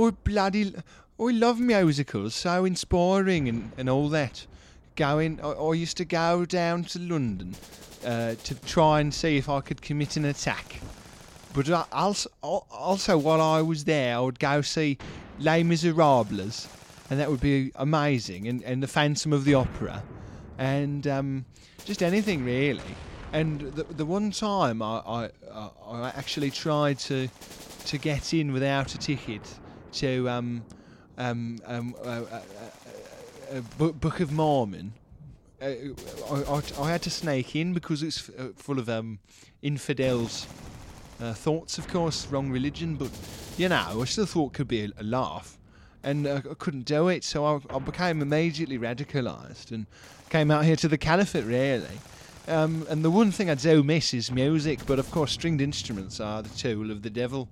[SPEAKER 8] I bloody, I love musicals, so inspiring and, and all that. Going, I, I used to go down to London uh, to try and see if I could commit an attack. But I, also, al- also, while I was there, I would go see Les Miserables, and that would be amazing, and, and The Phantom of the Opera, and um, just anything really. And the, the one time I, I, I- I actually tried to to get in without a ticket to um, um, um, uh, uh, uh, uh, Bo- Book of Mormon, uh, I, I, I had to snake in because it's f- uh, full of um, infidels' uh, thoughts, of course, wrong religion, but you know, I still thought could be a, a laugh, and uh, I couldn't do it, so I, I became immediately radicalised and came out here to the caliphate, really. Um, and the one thing I do miss is music, but of course, stringed instruments are the tool of the devil.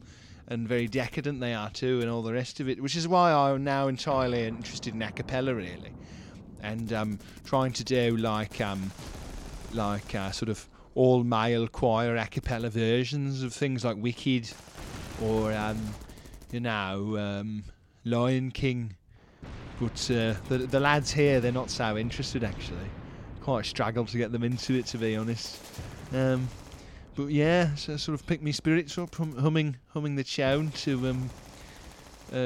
[SPEAKER 8] And very decadent they are too, and all the rest of it, which is why I'm now entirely interested in a cappella, really and um, trying to do like um, like uh, sort of all male choir a cappella versions of things like Wicked or um, you know um, Lion King. But uh, the, the lads here, they're not so interested actually. Quite struggled to get them into it, to be honest. Um, but yeah, so sort of pick me spirits up, hum- humming humming the tune to um, uh,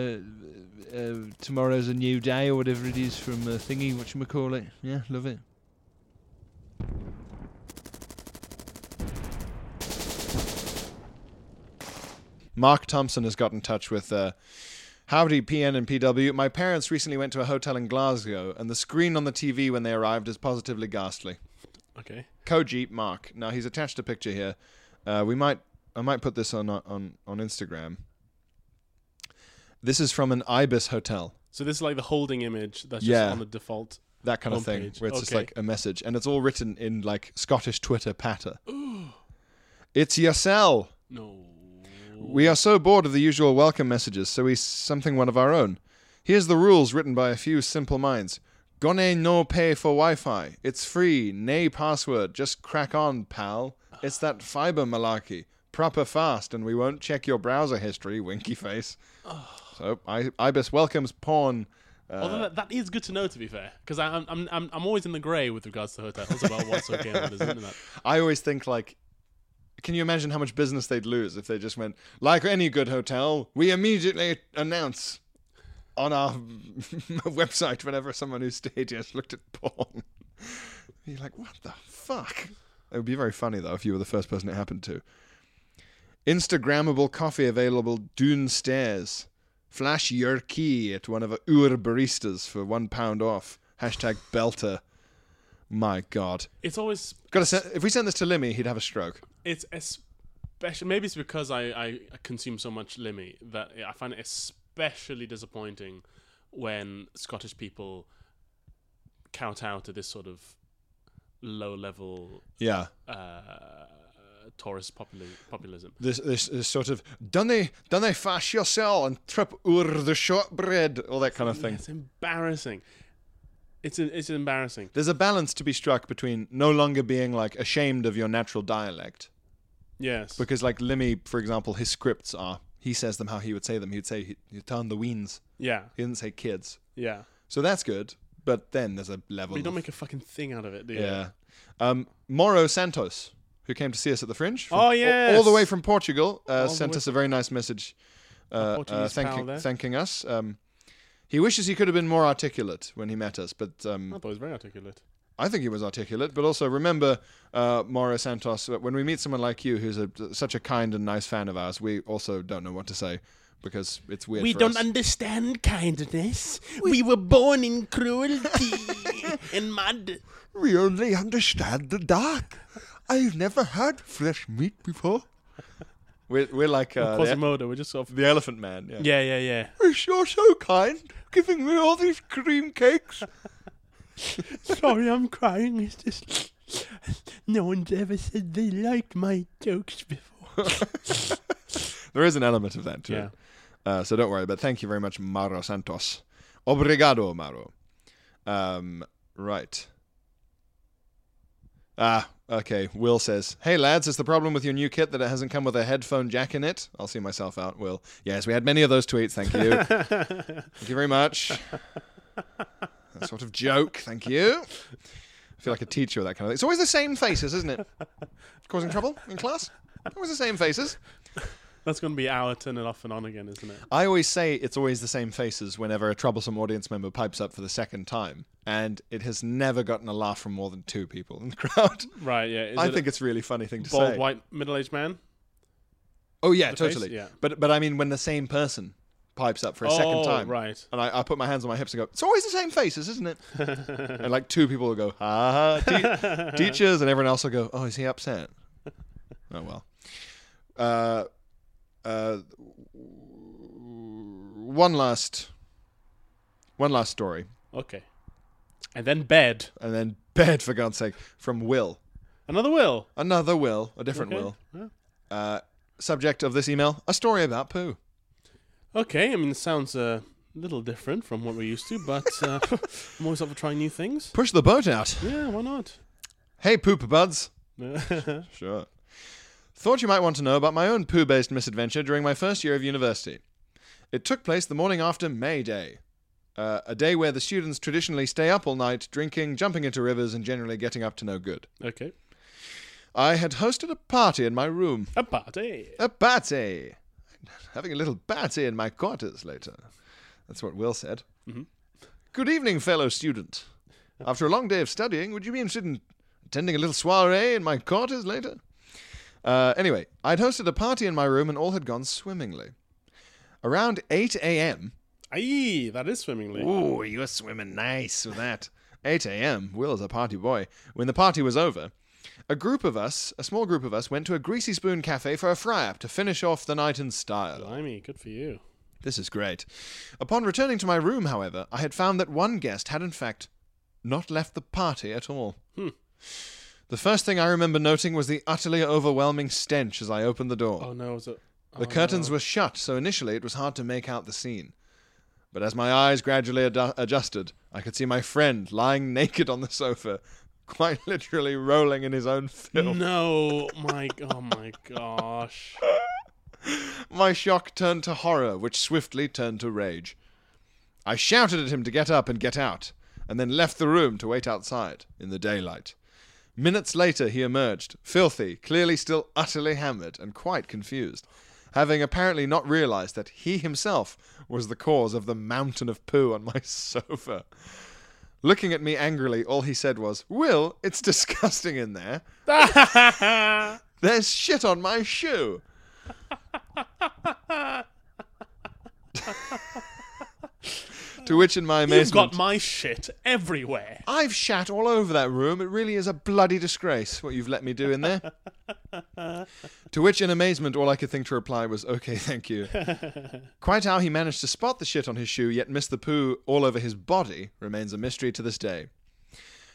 [SPEAKER 8] uh, tomorrow's a new day or whatever it is from uh, thingy whatchamacallit. yeah love it
[SPEAKER 2] Mark Thompson has got in touch with uh, Howdy PN and PW. My parents recently went to a hotel in Glasgow, and the screen on the TV when they arrived is positively ghastly.
[SPEAKER 3] Okay.
[SPEAKER 2] Koji Mark. Now he's attached a picture here. Uh, we might I might put this on on on Instagram. This is from an ibis hotel.
[SPEAKER 3] So this is like the holding image that's
[SPEAKER 2] Yeah.
[SPEAKER 3] just on the default.
[SPEAKER 2] That kind of thing,
[SPEAKER 3] Homepage.
[SPEAKER 2] where it's just
[SPEAKER 3] Okay.
[SPEAKER 2] like a message, and it's all written in like Scottish Twitter patter. It's yourself.
[SPEAKER 3] No.
[SPEAKER 2] We are so bored of the usual welcome messages, so we s- something one of our own. Here's the rules written by a few simple minds. Gone no pay for Wi-Fi. It's free. Nay password. Just crack on, pal. It's that fiber malarkey. Proper fast, and we won't check your browser history. Winky face. So I, Ibis welcomes porn.
[SPEAKER 3] Although
[SPEAKER 2] uh,
[SPEAKER 3] that, that is good to know, to be fair, because I'm, I'm I'm I'm always in the grey with regards to hotels about what's okay and what isn't.
[SPEAKER 2] I always think like, can you imagine how much business they'd lose if they just went like any good hotel? We immediately announce on our website whenever someone who stayed here has looked at porn. You're like, what the fuck? It would be very funny though if you were the first person it happened to. Instagrammable coffee available Dune Stairs. Flash your key at one of our Ur baristas for one pound off. Hashtag belter. My god.
[SPEAKER 3] It's always
[SPEAKER 2] Gotta send, if we send this to Limmy, he'd have a stroke.
[SPEAKER 3] it's es- especially maybe it's because I, I consume so much Limmy that I find it especially disappointing when Scottish people kowtow to this sort of low level
[SPEAKER 2] Yeah.
[SPEAKER 3] uh, tourist populi- populism.
[SPEAKER 2] This, this, this sort of, dunny, dunny fash yourself and trip o'er the shortbread, all that kind of thing.
[SPEAKER 3] It's embarrassing. It's it's embarrassing.
[SPEAKER 2] There's a balance to be struck between no longer being like ashamed of your natural dialect,
[SPEAKER 3] Yes.
[SPEAKER 2] because like Limmy, for example, his scripts are he says them how he would say them. He'd say he, he turned the weens.
[SPEAKER 3] yeah.
[SPEAKER 2] He didn't say kids,
[SPEAKER 3] Yeah.
[SPEAKER 2] so that's good. But then there's a level.
[SPEAKER 3] But you don't
[SPEAKER 2] of-
[SPEAKER 3] make a fucking thing out of it, do you?
[SPEAKER 2] yeah. Um, Moro Santos, who came to see us at the Fringe, from-
[SPEAKER 3] Oh,
[SPEAKER 2] all- all the
[SPEAKER 3] yes.
[SPEAKER 2] way from Portugal, uh,
[SPEAKER 3] the
[SPEAKER 2] sent
[SPEAKER 3] way
[SPEAKER 2] us a very nice message, uh, uh,
[SPEAKER 3] Portuguese pal
[SPEAKER 2] thanking
[SPEAKER 3] there.
[SPEAKER 2] thanking us. Um, he wishes he could have been more articulate when he met us, but um,
[SPEAKER 3] I thought it was very articulate.
[SPEAKER 2] I think he was articulate, but also remember, uh, Mauro Santos, that when we meet someone like you who's a, such a kind and nice fan of ours, we also don't know what to say because it's weird.
[SPEAKER 9] We
[SPEAKER 2] for
[SPEAKER 9] don't
[SPEAKER 2] us.
[SPEAKER 9] understand kindness. We, were born in cruelty and mud.
[SPEAKER 8] We only understand the dark. I've never had fresh meat before.
[SPEAKER 2] We're, we're like uh, the,
[SPEAKER 3] Quasimodo, we're just sort of.
[SPEAKER 2] the Elephant Man. Yeah.
[SPEAKER 3] Yeah, yeah, yeah.
[SPEAKER 8] Chris, you're so kind, giving me all these cream cakes.
[SPEAKER 9] Sorry, I'm crying. It's just no one's ever said they liked my jokes before.
[SPEAKER 2] There is an element of that too.
[SPEAKER 3] Yeah.
[SPEAKER 2] Uh, so don't worry, but thank you very much, Mauro Santos. Obrigado, Mauro. Um, right. Ah, okay. Will says, Hey lads, is the problem with your new kit that it hasn't come with a headphone jack in it? I'll see myself out, Will. Yes, we had many of those tweets, thank you. thank you very much. That sort of joke, thank you. I feel like a teacher with that kind of thing. It's always the same faces, isn't it? Causing trouble in class? Always the same faces.
[SPEAKER 3] That's going to be our turn it off and on again, isn't it?
[SPEAKER 2] I always say it's always the same faces whenever a troublesome audience member pipes up for the second time, and it has never gotten a laugh from more than two people in the crowd.
[SPEAKER 3] Right, yeah. Is
[SPEAKER 2] I
[SPEAKER 3] it
[SPEAKER 2] think it's a really funny thing to
[SPEAKER 3] a bald,
[SPEAKER 2] say.
[SPEAKER 3] white, middle aged man?
[SPEAKER 2] oh yeah,
[SPEAKER 3] the face?
[SPEAKER 2] totally.
[SPEAKER 3] Yeah.
[SPEAKER 2] But but I mean when the same person pipes up for a second
[SPEAKER 3] Oh,
[SPEAKER 2] time,
[SPEAKER 3] right.
[SPEAKER 2] And I, I put my hands on my hips and go, "It's always the same faces, isn't it?" and like two people will go, "Ha ha," te- teachers, and everyone else will go, "Oh, is he upset?" Oh well. Uh, uh, one last, one last story,
[SPEAKER 3] Okay. And then bed.
[SPEAKER 2] and then bed for God's sake from Will.
[SPEAKER 3] Another will.
[SPEAKER 2] Another Will, a different
[SPEAKER 3] Okay.
[SPEAKER 2] Will. Uh, subject of this email: a story about poo.
[SPEAKER 3] Okay, I mean, it sounds a little different from what we're used to, but uh, I'm always up for trying new things.
[SPEAKER 2] Push the boat out.
[SPEAKER 3] Yeah, why not?
[SPEAKER 2] Hey, poop buds.
[SPEAKER 3] okay.
[SPEAKER 2] Sure. Thought you might want to know about my own poo based misadventure during my first year of university. It took place the morning after May Day, uh, a day where the students traditionally stay up all night, drinking, jumping into rivers, and generally getting up to no good. I had hosted a party in my room.
[SPEAKER 3] A party.
[SPEAKER 2] A party! Having a little party in my quarters later. That's what Will said. Good evening, fellow student. After a long day of studying, would you be interested in attending a little soiree in my quarters later? Uh, anyway, I'd hosted a party in my room and all had gone swimmingly. Around 8 a.m.,
[SPEAKER 3] Aye, that is swimmingly.
[SPEAKER 2] Ooh, you're swimming nice with that. 8 a.m. Will's a party boy. When the party was over, a group of us, a small group of us, went to a Greasy Spoon cafe for a fry up to finish off the night in style.
[SPEAKER 3] Blimey, good for you.
[SPEAKER 2] This is great. Upon returning to my room, however, I had found that one guest had, in fact, not left the party at all. The first thing I remember noting was the utterly overwhelming stench as I opened the door.
[SPEAKER 3] Oh no, was it?
[SPEAKER 2] The curtains were shut, so initially it was hard to make out the scene. But as my eyes gradually ad- adjusted, I could see my friend lying naked on the sofa, quite literally rolling in his own film.
[SPEAKER 3] No, my, oh my gosh.
[SPEAKER 2] My shock turned to horror, which swiftly turned to rage. I shouted at him to get up and get out, and then left the room to wait outside in the daylight. Minutes later, he emerged, filthy, clearly still utterly hammered, and quite confused, having apparently not realized that he himself was the cause of the mountain of poo on my sofa. Looking at me angrily, all he said was, Will, it's disgusting in there. There's shit on my shoe. to which, in my amazement,
[SPEAKER 3] You've got my shit everywhere.
[SPEAKER 2] I've shat all over that room. It really is a bloody disgrace what you've let me do in there. To which, in amazement, all I could think to reply was, okay, thank you. Quite how he managed to spot the shit on his shoe yet miss the poo all over his body remains a mystery to this day.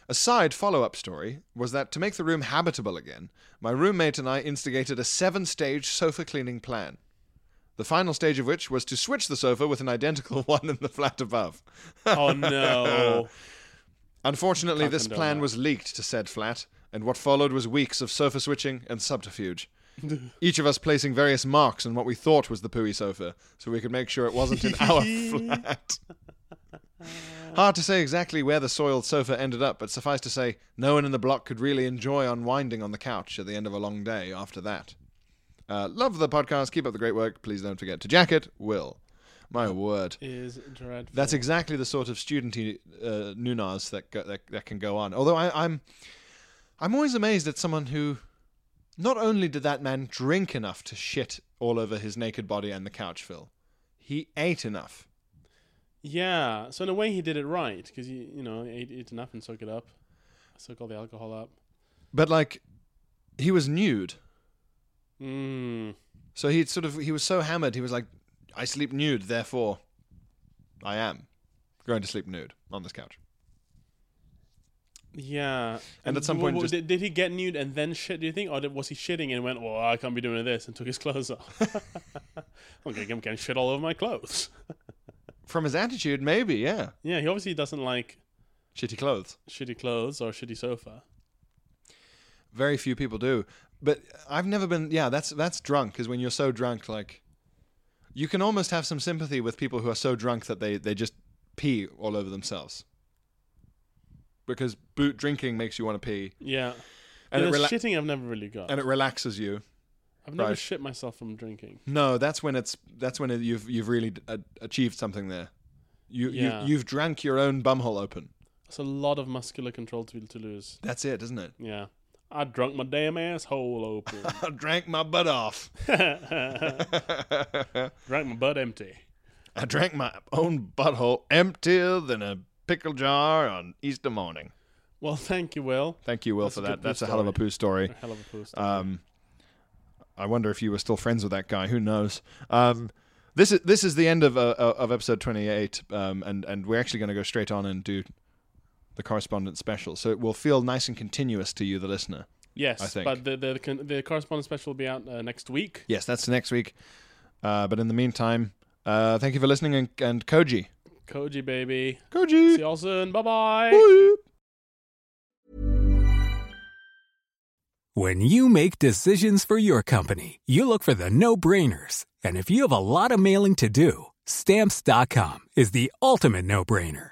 [SPEAKER 2] A side follow up story was that to make the room habitable again, my roommate and I instigated a seven stage sofa cleaning plan. The final stage of which was to switch the sofa with an identical one in the flat above.
[SPEAKER 3] Oh no.
[SPEAKER 2] Unfortunately,
[SPEAKER 3] Can't
[SPEAKER 2] this
[SPEAKER 3] condone
[SPEAKER 2] plan
[SPEAKER 3] that.
[SPEAKER 2] was leaked to said flat, and what followed was weeks of sofa switching and subterfuge. Each of us placing various marks on what we thought was the pooey sofa, so we could make sure it wasn't in our flat. Hard to say exactly where the soiled sofa ended up, but suffice to say, no one in the block could really enjoy unwinding on the couch at the end of a long day after that. Uh, love the podcast. Keep up the great work. Please don't forget to jacket. Will. My word.
[SPEAKER 3] Is dreadful.
[SPEAKER 2] That's exactly the sort of studenty uh, nunas that, go, that that can go on. Although I, I'm, I'm always amazed at someone who, not only did that man drink enough to shit all over his naked body and the couch, Phil, he ate enough.
[SPEAKER 3] Yeah. So in a way, he did it right because you you know he ate, ate enough and soak it up, soak all the alcohol up.
[SPEAKER 2] But like, he was nude,
[SPEAKER 3] Mm.
[SPEAKER 2] so he sort of he was so hammered he was like, I sleep nude, therefore, I am going to sleep nude on this couch.
[SPEAKER 3] Yeah.
[SPEAKER 2] And at some point
[SPEAKER 3] w- w-
[SPEAKER 2] just-
[SPEAKER 3] did, did he get nude and then shit? Do you think, or did, was he shitting and went, "Well, I can't be doing this," and took his clothes off? I'm gonna- I'm getting shit all over my clothes.
[SPEAKER 2] From his attitude, maybe yeah,
[SPEAKER 3] Yeah, he obviously doesn't like
[SPEAKER 2] shitty clothes.
[SPEAKER 3] shitty clothes or shitty sofa.
[SPEAKER 2] Very few people do. But I've never been. Yeah, that's that's drunk. Is when you're so drunk, like you can almost have some sympathy with people who are so drunk that they they just pee all over themselves. Because boot drinking makes you want to pee,
[SPEAKER 3] Yeah.
[SPEAKER 2] and
[SPEAKER 3] And
[SPEAKER 2] it rela-
[SPEAKER 3] shitting I've never really got.
[SPEAKER 2] and it relaxes you.
[SPEAKER 3] I've never
[SPEAKER 2] right.
[SPEAKER 3] shit myself from drinking.
[SPEAKER 2] No, that's when it's that's when you've you've really uh, achieved something there. You,
[SPEAKER 3] Yeah.
[SPEAKER 2] you you've drank your own bumhole open.
[SPEAKER 3] That's a lot of muscular control to, to lose.
[SPEAKER 2] That's it, isn't it?
[SPEAKER 3] Yeah. I drunk my damn asshole open.
[SPEAKER 2] I drank my butt off.
[SPEAKER 3] Drank my butt empty.
[SPEAKER 2] I drank my own butthole emptier than a pickle jar on Easter morning.
[SPEAKER 3] Well, thank you, Will.
[SPEAKER 2] Thank you, Will,
[SPEAKER 3] That's
[SPEAKER 2] for
[SPEAKER 3] a good
[SPEAKER 2] that.
[SPEAKER 3] poo
[SPEAKER 2] That's a hell of a
[SPEAKER 3] story.
[SPEAKER 2] poo story.
[SPEAKER 3] Hell of a post.
[SPEAKER 2] Um, I wonder if you were still friends with that guy. Who knows? Um, this is this is the end of uh, of episode twenty eight, um, and and we're actually going to go straight on and do the correspondence special. So it will feel nice and continuous to you, the listener.
[SPEAKER 3] yes,
[SPEAKER 2] I think.
[SPEAKER 3] but the the, the, con- the correspondence special will be out uh, next week.
[SPEAKER 2] Yes, that's next week. Uh, but in the meantime, uh, thank you for listening, and, and Koji,
[SPEAKER 3] Koji, baby. See
[SPEAKER 2] Koji.
[SPEAKER 3] y'all soon. Bye bye.
[SPEAKER 2] Boop.
[SPEAKER 10] When you make decisions for your company, you look for the no brainers. And if you have a lot of mailing to do, stamps.com is the ultimate no brainer.